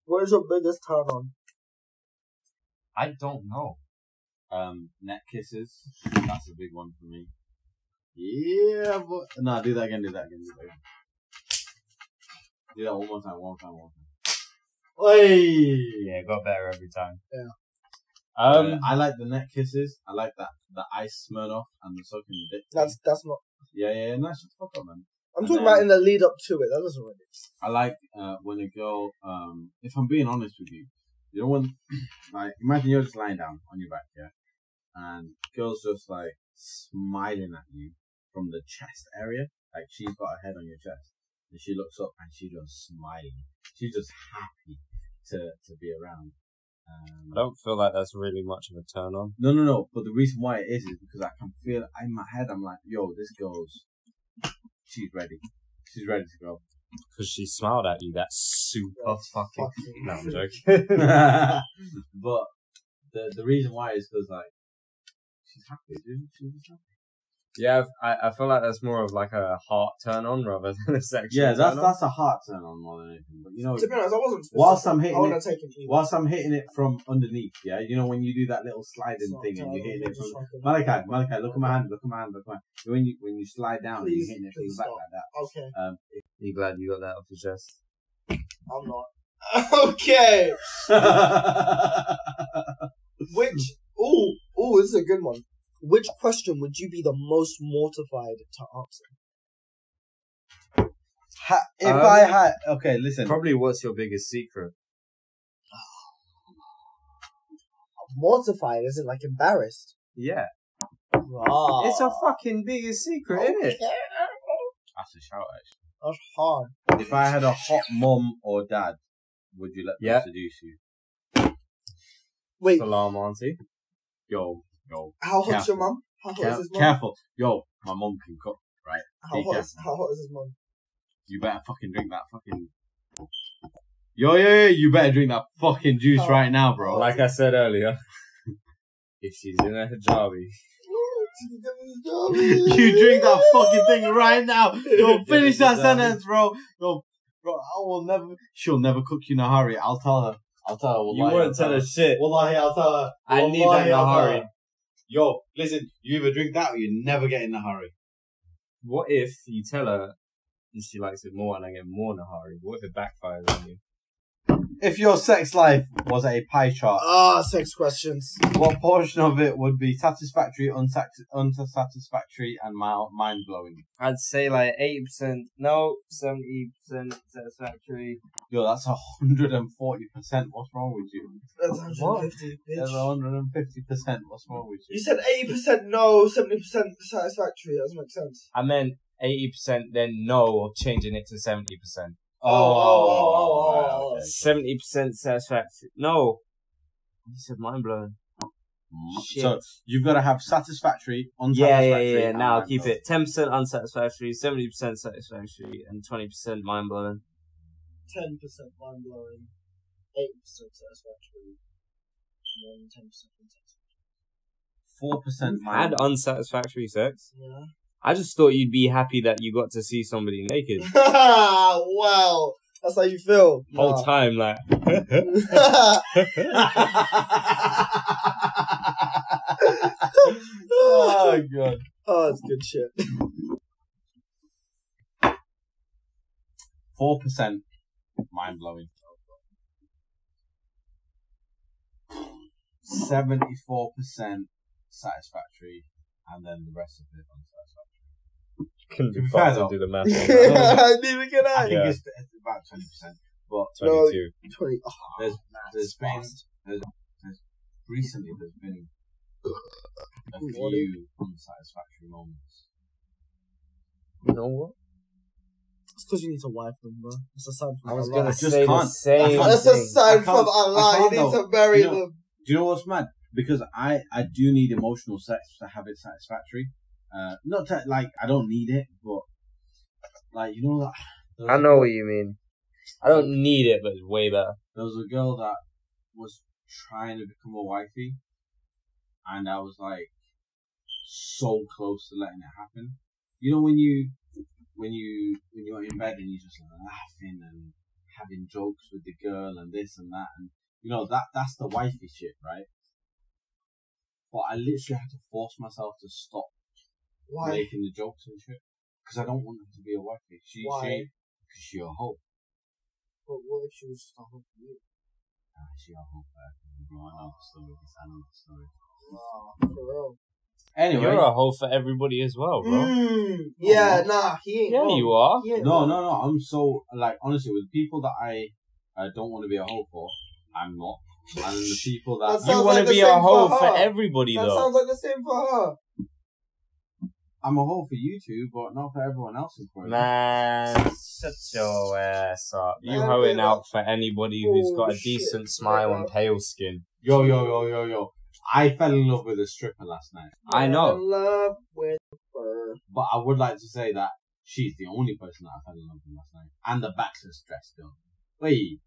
Where's your biggest turn on? I don't know. Um, neck kisses. That's a big one for me. Yeah, but no, do that again. Do that again. Do that again. Do that one more time. One more time. One more time. Oi! Yeah, got better every time. Yeah. Um, Uh, I like the neck kisses. I like that the ice Smirnoff and the sucking the dick. That's that's not. yeah, yeah, yeah. No, shut the fuck up, man. I'm And talking then- about in the lead up to it. That doesn't really. I like uh, when a girl, um, if I'm being honest with you, you know when, like, imagine you're just lying down on your back, yeah, and girl's just like smiling at you from the chest area, like she's got her head on your chest, and she looks up and she's just smiling. She's just happy to to be around. Um, I don't feel like that's really much of a turn on. No, no, no. But the reason why it is is because I can feel in my head. I'm like, yo, this girl's, she's ready. She's ready to go. Because she smiled at you, that super Yeah, fucking. fucking- Oh, No, I'm joking. but the the reason why is because like she's happy, dude. She's just happy. yeah, I, I feel like that's more of like a heart turn on rather than a sexual. Yeah, that's turn-on. that's a heart turn on more than anything. But you know, To be honest, I wasn't. Specific. Oh. Whilst I'm hitting I want it- to take him. either. whilst I'm hitting it from underneath, yeah, you know when you do that little sliding So, thing and no, you're hitting I'm it from just fucking- Malachi, Malachi, look at my hand, look at my hand, look at my hand. When you when you slide down, and Please, you're hitting it from the please back stop. like that. Okay, Um, You glad you got that off your chest? I'm not. okay, which oh oh, this is a good one. Which question would you be the most mortified to answer? Ha- if Um, I had okay, listen. Probably what's your biggest secret? Mortified, isn't like embarrassed. Yeah. Rah. It's a fucking biggest secret, isn't it? Okay. Oh, That's a shout actually. That's hard. If I had a hot mom or dad, would you let them Yeah. seduce you? Wait, Salam, auntie. Yo, yo. how hot's careful. your mum? How hot is Care- his mum? careful. Yo, my mom can cook. How be hot, is, careful. how hot is his mum? You better fucking drink that fucking. Yo, yo, yo, you better drink that fucking juice Oh. right now, bro. Like I said earlier, if she's in a hijabi, you drink that fucking thing right now. Yo, finish that Exactly. sentence, bro. Yo, bro, I will never. She'll never cook you in a hurry. I'll tell her. I'll tell her. you Wallahi, wouldn't I'll tell her shit. Wallahi, I'll tell her. I need that in Wallahi, a I'll tell hurry. her. Yo, listen. You either drink that or you never get in a hurry. What if you tell her and she likes it more and I get more Nahari? What if it backfires on you? If your sex life was a pie chart, Ah, sex questions. what portion of it would be satisfactory, unsatis- unsatisfactory, and mind blowing? I'd say like 8%, no, 70% satisfactory. Yo, that's hundred and forty percent. What's wrong with you? That's What? 150, That's bitch. hundred and fifty percent. What's wrong with You said 80% no, 70% satisfactory. That doesn't make sense. I meant 80% then no of changing it to 70%. Oh, oh, oh, oh, oh, oh. 70% satisfactory. No. You said mind blowing. Shit. Mm. So you've got to have satisfactory, yeah, yeah, unsatisfactory. yeah. yeah. and Now mind keep blowing. it 10% unsatisfactory, 70% satisfactory, and 20% mind blowing. 10% mind blowing, 8% satisfactory, more than 10% unsatisfactory. Four percent Had mind. unsatisfactory sex. Yeah. I just thought you'd be happy that you got to see somebody naked. wow. That's how you feel. Whole Nah. time, like, oh god. oh, that's good shit. Four percent mind blowing. Seventy-four percent satisfactory, and then the rest of it unsatisfactory. couldn't be be bothered bothered to to do the math. Oh. Neither can I I. think Yeah. it's, it's about twenty percent. But 22. 20. there's there's been there's, there's recently there's been a What few unsatisfactory moments. You know what? It's because you need to wipe them, bro. It's a sign from I was Allah. gonna I just say the can't. same I That's a thing. I sign can't- from I Allah. can't You need though. to bury You know- them. Do you know what's mad? Because I I do need emotional sex to have it satisfactory. Uh, not that like I don't need it, but like you know that. there was I a know girl- what you mean. I don't need it, but it's way better. There was a girl that was trying to become a wifey, and I was like so close to letting it happen. You know when you when you when you're in bed and you're just laughing and having jokes with the girl and this and that and you know that that's the wifey shit, right? But I literally had to force myself to stop Why? making the jokes and shit because I don't want her to be a wifey. She Why? she because she a hoe. But what if she was just a whole you? Ah, she a hoe. uh, bro, I know the story. I know the story. Wow, for real. Anyway, You're a hoe for everybody as well, bro. Mm, yeah, nah, he ain't. Yeah, wrong. you are. He ain't no, wrong. no, no. I'm so like honestly with people that I I don't want to be a hoe for, I'm not. And the people that That You sounds want like the to be a same hoe for for her. everybody, That though. sounds like the same for her. I'm a whole for you two, but not for everyone else's quota. Man, shut your ass up. You Man, hoeing we're out for anybody who's got a bullshit decent smile and right pale skin. Yo, yo, yo, yo, yo. I fell in love with a stripper last night, I know. In love with her. but I would like to say that she's the only person that I fell in love with last night. And the bachelor's dress girl. Wait,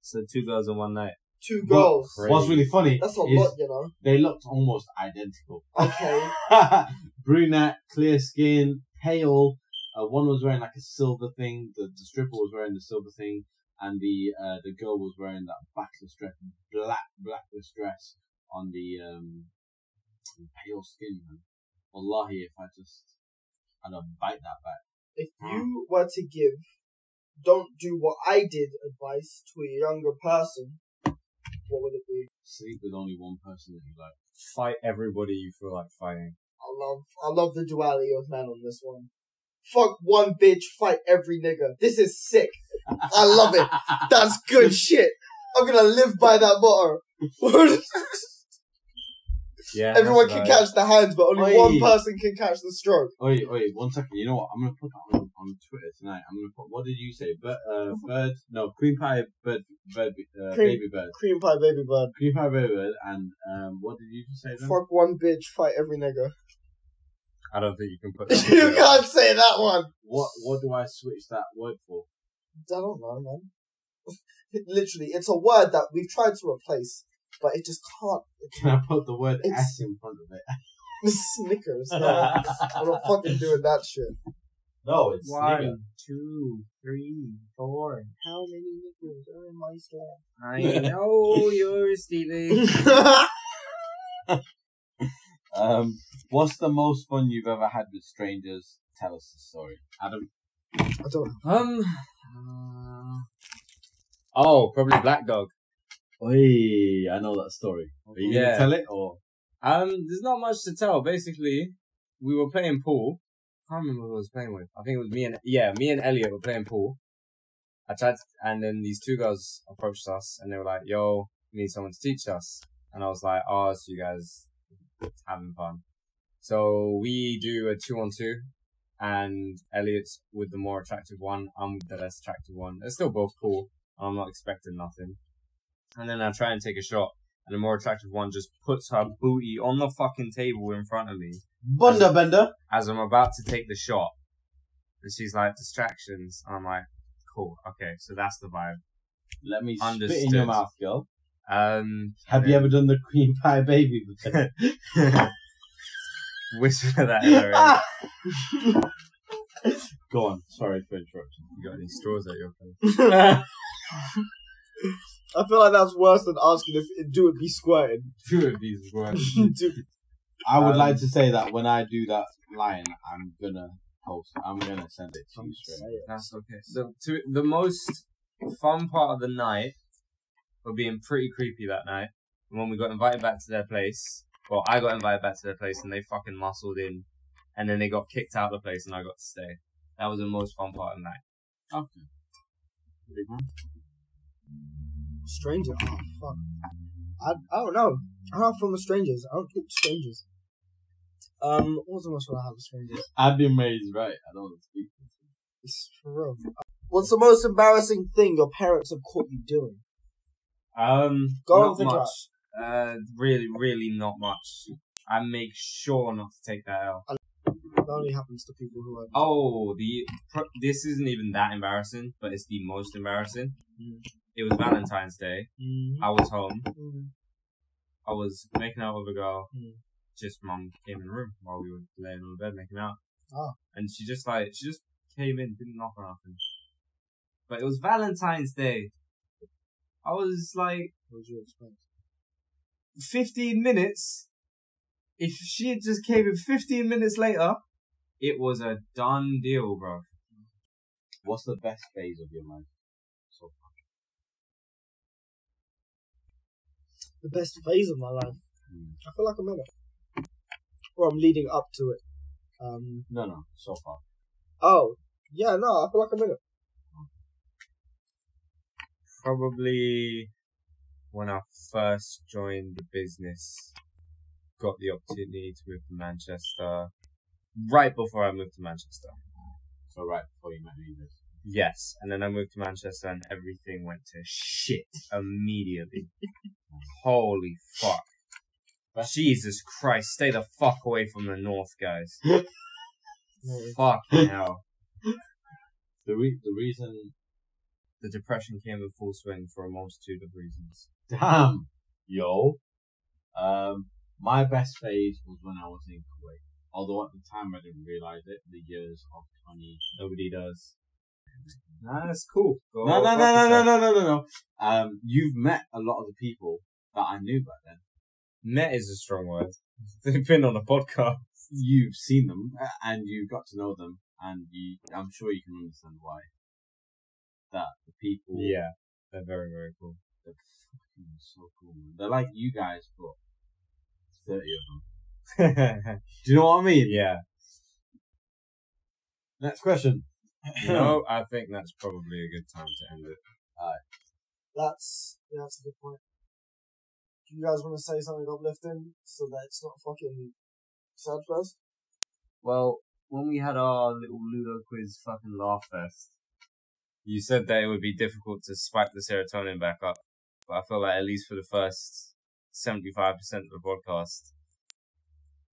So two girls in one night. Two What? girls. Great. what's really funny That's a is lot, you know. they looked almost identical. Okay. Brunette, clear skin, pale. Uh, one was wearing like a silver thing. The, the stripper was wearing the silver thing, and the uh, the girl was wearing that backless dress, black blackless dress on the um pale skin. Man. Wallahi, if I just I'd have bite that back. if you were to give, don't do what I did advice to a younger person, what would it be? Sleep with only one person that you like. Fight everybody you feel like fighting. I love, I love the duality of men on this one. Fuck one bitch, fight every nigga. This is sick. I love it. That's good shit. I'm gonna live by that motto. Yeah. Everyone can that's catch the hands, but only Oi. one person can catch the stroke. Oi, oi, one second. You know what? I'm gonna put that on, on Twitter tonight. I'm gonna put. What did you say? Bird, uh, bird. No, cream pie, bird, bird, uh, Cream- baby bird. Cream pie baby bird. Cream pie, baby bird. And um, what did you just say? Then? Fuck one bitch, fight every nigga. about it. I don't think you can put that. you can't say that one. What What do I switch that word for? I don't know, man. Literally, it's a word that we've tried to replace, but it just can't. Can I put the word It's- S in front of it? Snickers. No, I'm not fucking doing that shit. no, it's nigger. One, two, three, four. How many nickels are in my store? I know you're stealing. Um, what's the most fun you've ever had with strangers? Tell us the story, Adam. I don't. Um. uh, oh, probably Black Dog. Oi, I know that story. Are you Yeah. gonna tell it or? Um, there's not much to tell. Basically, we were playing pool. I can't remember who I was playing with. I think it was me and yeah, me and Elliot were playing pool. I tried, to, and then these two girls approached us, and they were like, "Yo, we need someone to teach us." And I was like, "Oh, so you guys having fun?" So we do a two on two, and Elliot's with the more attractive one. I'm with the less attractive one. They're still both cool. I'm not expecting nothing. And then I try and take a shot and the more attractive one just puts her booty on the fucking table in front of me Bunda Bender. as I'm about to take the shot. And she's like, distractions. And I'm like, cool, okay, so that's the vibe. Let me spit in Understood. your mouth, girl. Um, Have you ever done the cream pie baby? whisper that in her ear. Go on. Sorry for interruption. You got any straws at your place? I feel like that's worse than asking if do it be squirting. Two of these were. do, I would Um, like to say that when I do that line, I'm gonna post. I'm gonna send it to you straight. That's okay. The, to, the most fun part of the night were being pretty creepy that night. And when we got invited back to their place, well, I got invited back to their place and they fucking muscled in. And then they got kicked out of the place and I got to stay. That was the most fun part of the night. Okay. Big man. stranger. Oh fuck. I I don't know. I'm not from the strangers. I don't talk to strangers. Um, what was the most one I had with strangers? I've been raised right. I don't want to speak. to you. It's for real. Uh, What's the most embarrassing thing your parents have caught you doing? Um, Go on, not think about much. Uh, really, really not much. I make sure not to take that out. That only happens to people who are. Oh, the pro- this isn't even that embarrassing, but it's the most embarrassing. It was Valentine's Day. mm-hmm. I was home. I was making out with a girl. Mm. Just mum came in the room while we were laying on the bed making out. Ah. And she just like she just came in, didn't knock or nothing. But it was Valentine's Day. I was like What was your response? fifteen minutes. If she had just came in fifteen minutes later, it was a done deal, bro. What's the best phase of your life? So far? The best phase of my life. Hmm. I feel like I'm in it. Or I'm leading up to it. Um, No, no, so far. oh, yeah, no, I feel like I'm in it. Probably when I first joined the business, got the opportunity to move to Manchester, right before I moved to Manchester. So right before you met me, this. Yes, and then I moved to Manchester, and everything went to shit immediately. Holy fuck! Jesus Christ! Stay the fuck away from the north, guys. No, Fucking hell! The re- the reason. The depression came in full swing for a multitude of reasons. Damn, yo. Um, my best phase was when I was in Kuwait. Although at the time I didn't realize it. The years of twenty. Nobody does. Nah, that's cool. Go No, no, Oh, no, fuck no, yourself. no, no, no, no, no. Um, you've met a lot of the people that I knew back then. Met is a strong word. They've been on a podcast. You've seen them uh, and you've got to know them, and you, I'm sure you can understand why. That the people. Yeah, they're very, very cool. They're fucking so cool. Man. They're like you guys, but thirty of them. Do you know what I mean? yeah. Next question. No, I think that's probably a good time to end it. That's yeah, that's a good point. Do you guys want to say something uplifting so that it's not fucking sad for us? Well, when we had our little Ludo quiz fucking laugh fest, You said that it would be difficult to spike the serotonin back up, but I feel like at least for the first 75% of the podcast,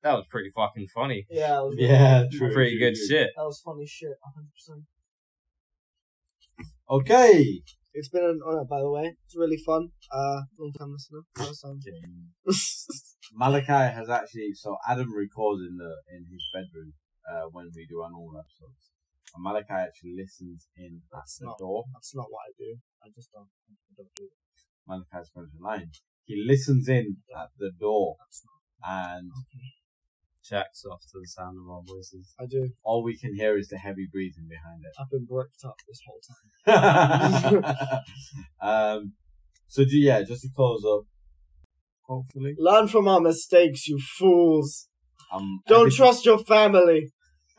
that was pretty fucking funny. Yeah, that was, Yeah, true. pretty true, good true. shit. that was funny shit. hundred percent. Okay. It's been an honor, by the way. It's really fun. Uh, long time listener, first time. Malachi has actually so Adam records in the in his bedroom uh, when we do our normal episodes, and Malachi actually listens in at That's the not- door. That's not what I do. I just don't. I don't do it. Malachi's going to line. He listens in at the door, and Jack's off to the sound of our voices. I do. all we can hear is the heavy breathing behind it. I've been bricked up this whole time. um, so do yeah, just to close up. Hopefully, Learn from our mistakes, you fools. um, Don't everything- trust your family.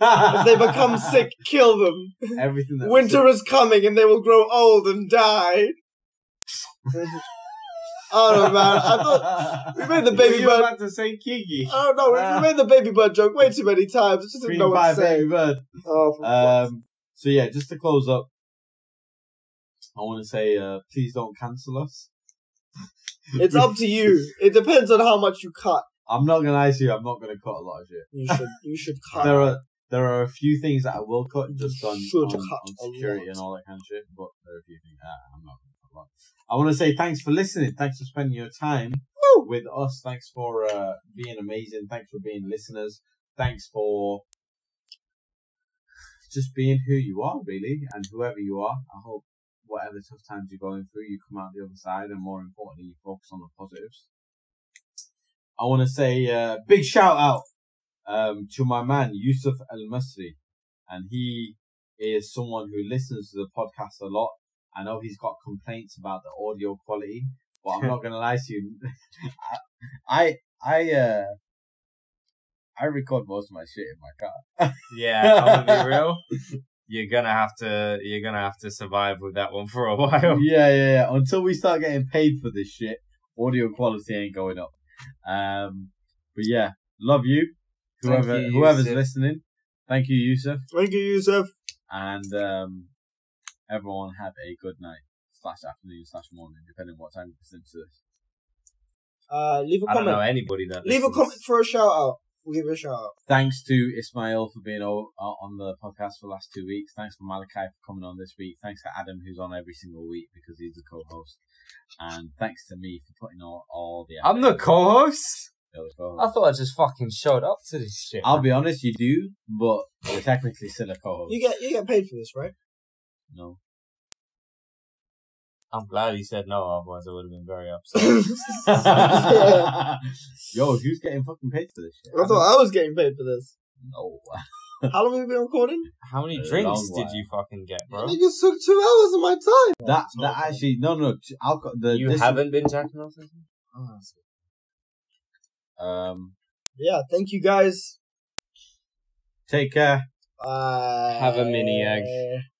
If they become sick, kill them. Everything that Winter is coming and they will grow old and die. I don't know, man. I thought we made the Were baby you bird. about to say Kiki? I don't know. we- Ah. We made the baby bird joke way too many times. It just didn't Green know what to Five say. Baby Bird. Oh, for fuck's Um, so yeah, just to close up, I want to say, uh, please don't cancel us. It's up to you. It depends on how much you cut. I'm not gonna lie to you. I'm not gonna cut a lot of shit. You should. You should cut. There are there are a few things that I will cut just on, Should on, cut on a security lot. and all that kind of shit. But there are a few things ah, I'm not gonna cut a lot. I want to say thanks for listening. Thanks for spending your time with us. Thanks for uh, being amazing. Thanks for being listeners. Thanks for just being who you are, really, and whoever you are. I hope whatever tough times you're going through, you come out the other side, and more importantly, you focus on the positives. I want to say uh, big shout out um, to my man Yusuf Al Masri, and he is someone who listens to the podcast a lot. I know he's got complaints about the audio quality, but I'm not gonna lie to you. I I uh I record most of my shit in my car. Yeah, I'm gonna be real. You're gonna have to, you're gonna have to survive with that one for a while. yeah, yeah, yeah. Until we start getting paid for this shit, audio quality ain't going up. Um, but yeah, love you, Thank whoever you, whoever's Yusuf. listening. Thank you, Yusuf, Thank you, Yusuf. and um, everyone have a good night slash afternoon slash morning, depending what time you listen to this. Uh, leave a I don't know comment. anybody that Leave a listens. comment for a shout out. We'll give you a shout out. Thanks to Ismail for being o- o- on the podcast for the last two weeks. Thanks for Malachi for coming on this week. Thanks to Adam who's on every single week because he's the co-host, and thanks to me for putting all, all the. I'm the co-host. Those co-hosts. I thought I just fucking showed up to this shit. I'll be honest, you do, but you're technically still a co-host. You get you get paid for this, right? no. I'm glad he said no, otherwise I would have been very upset. Yo, who's getting fucking paid for this shit? I thought I was getting paid for this. don't know. How long have we been recording? How many A drinks long did while. you fucking get, bro? Niggas took two hours of my time. That that actually no no t- alcohol the You this- haven't been jacking off since? um Yeah, thank you guys. take care. Bye. Have a mini egg.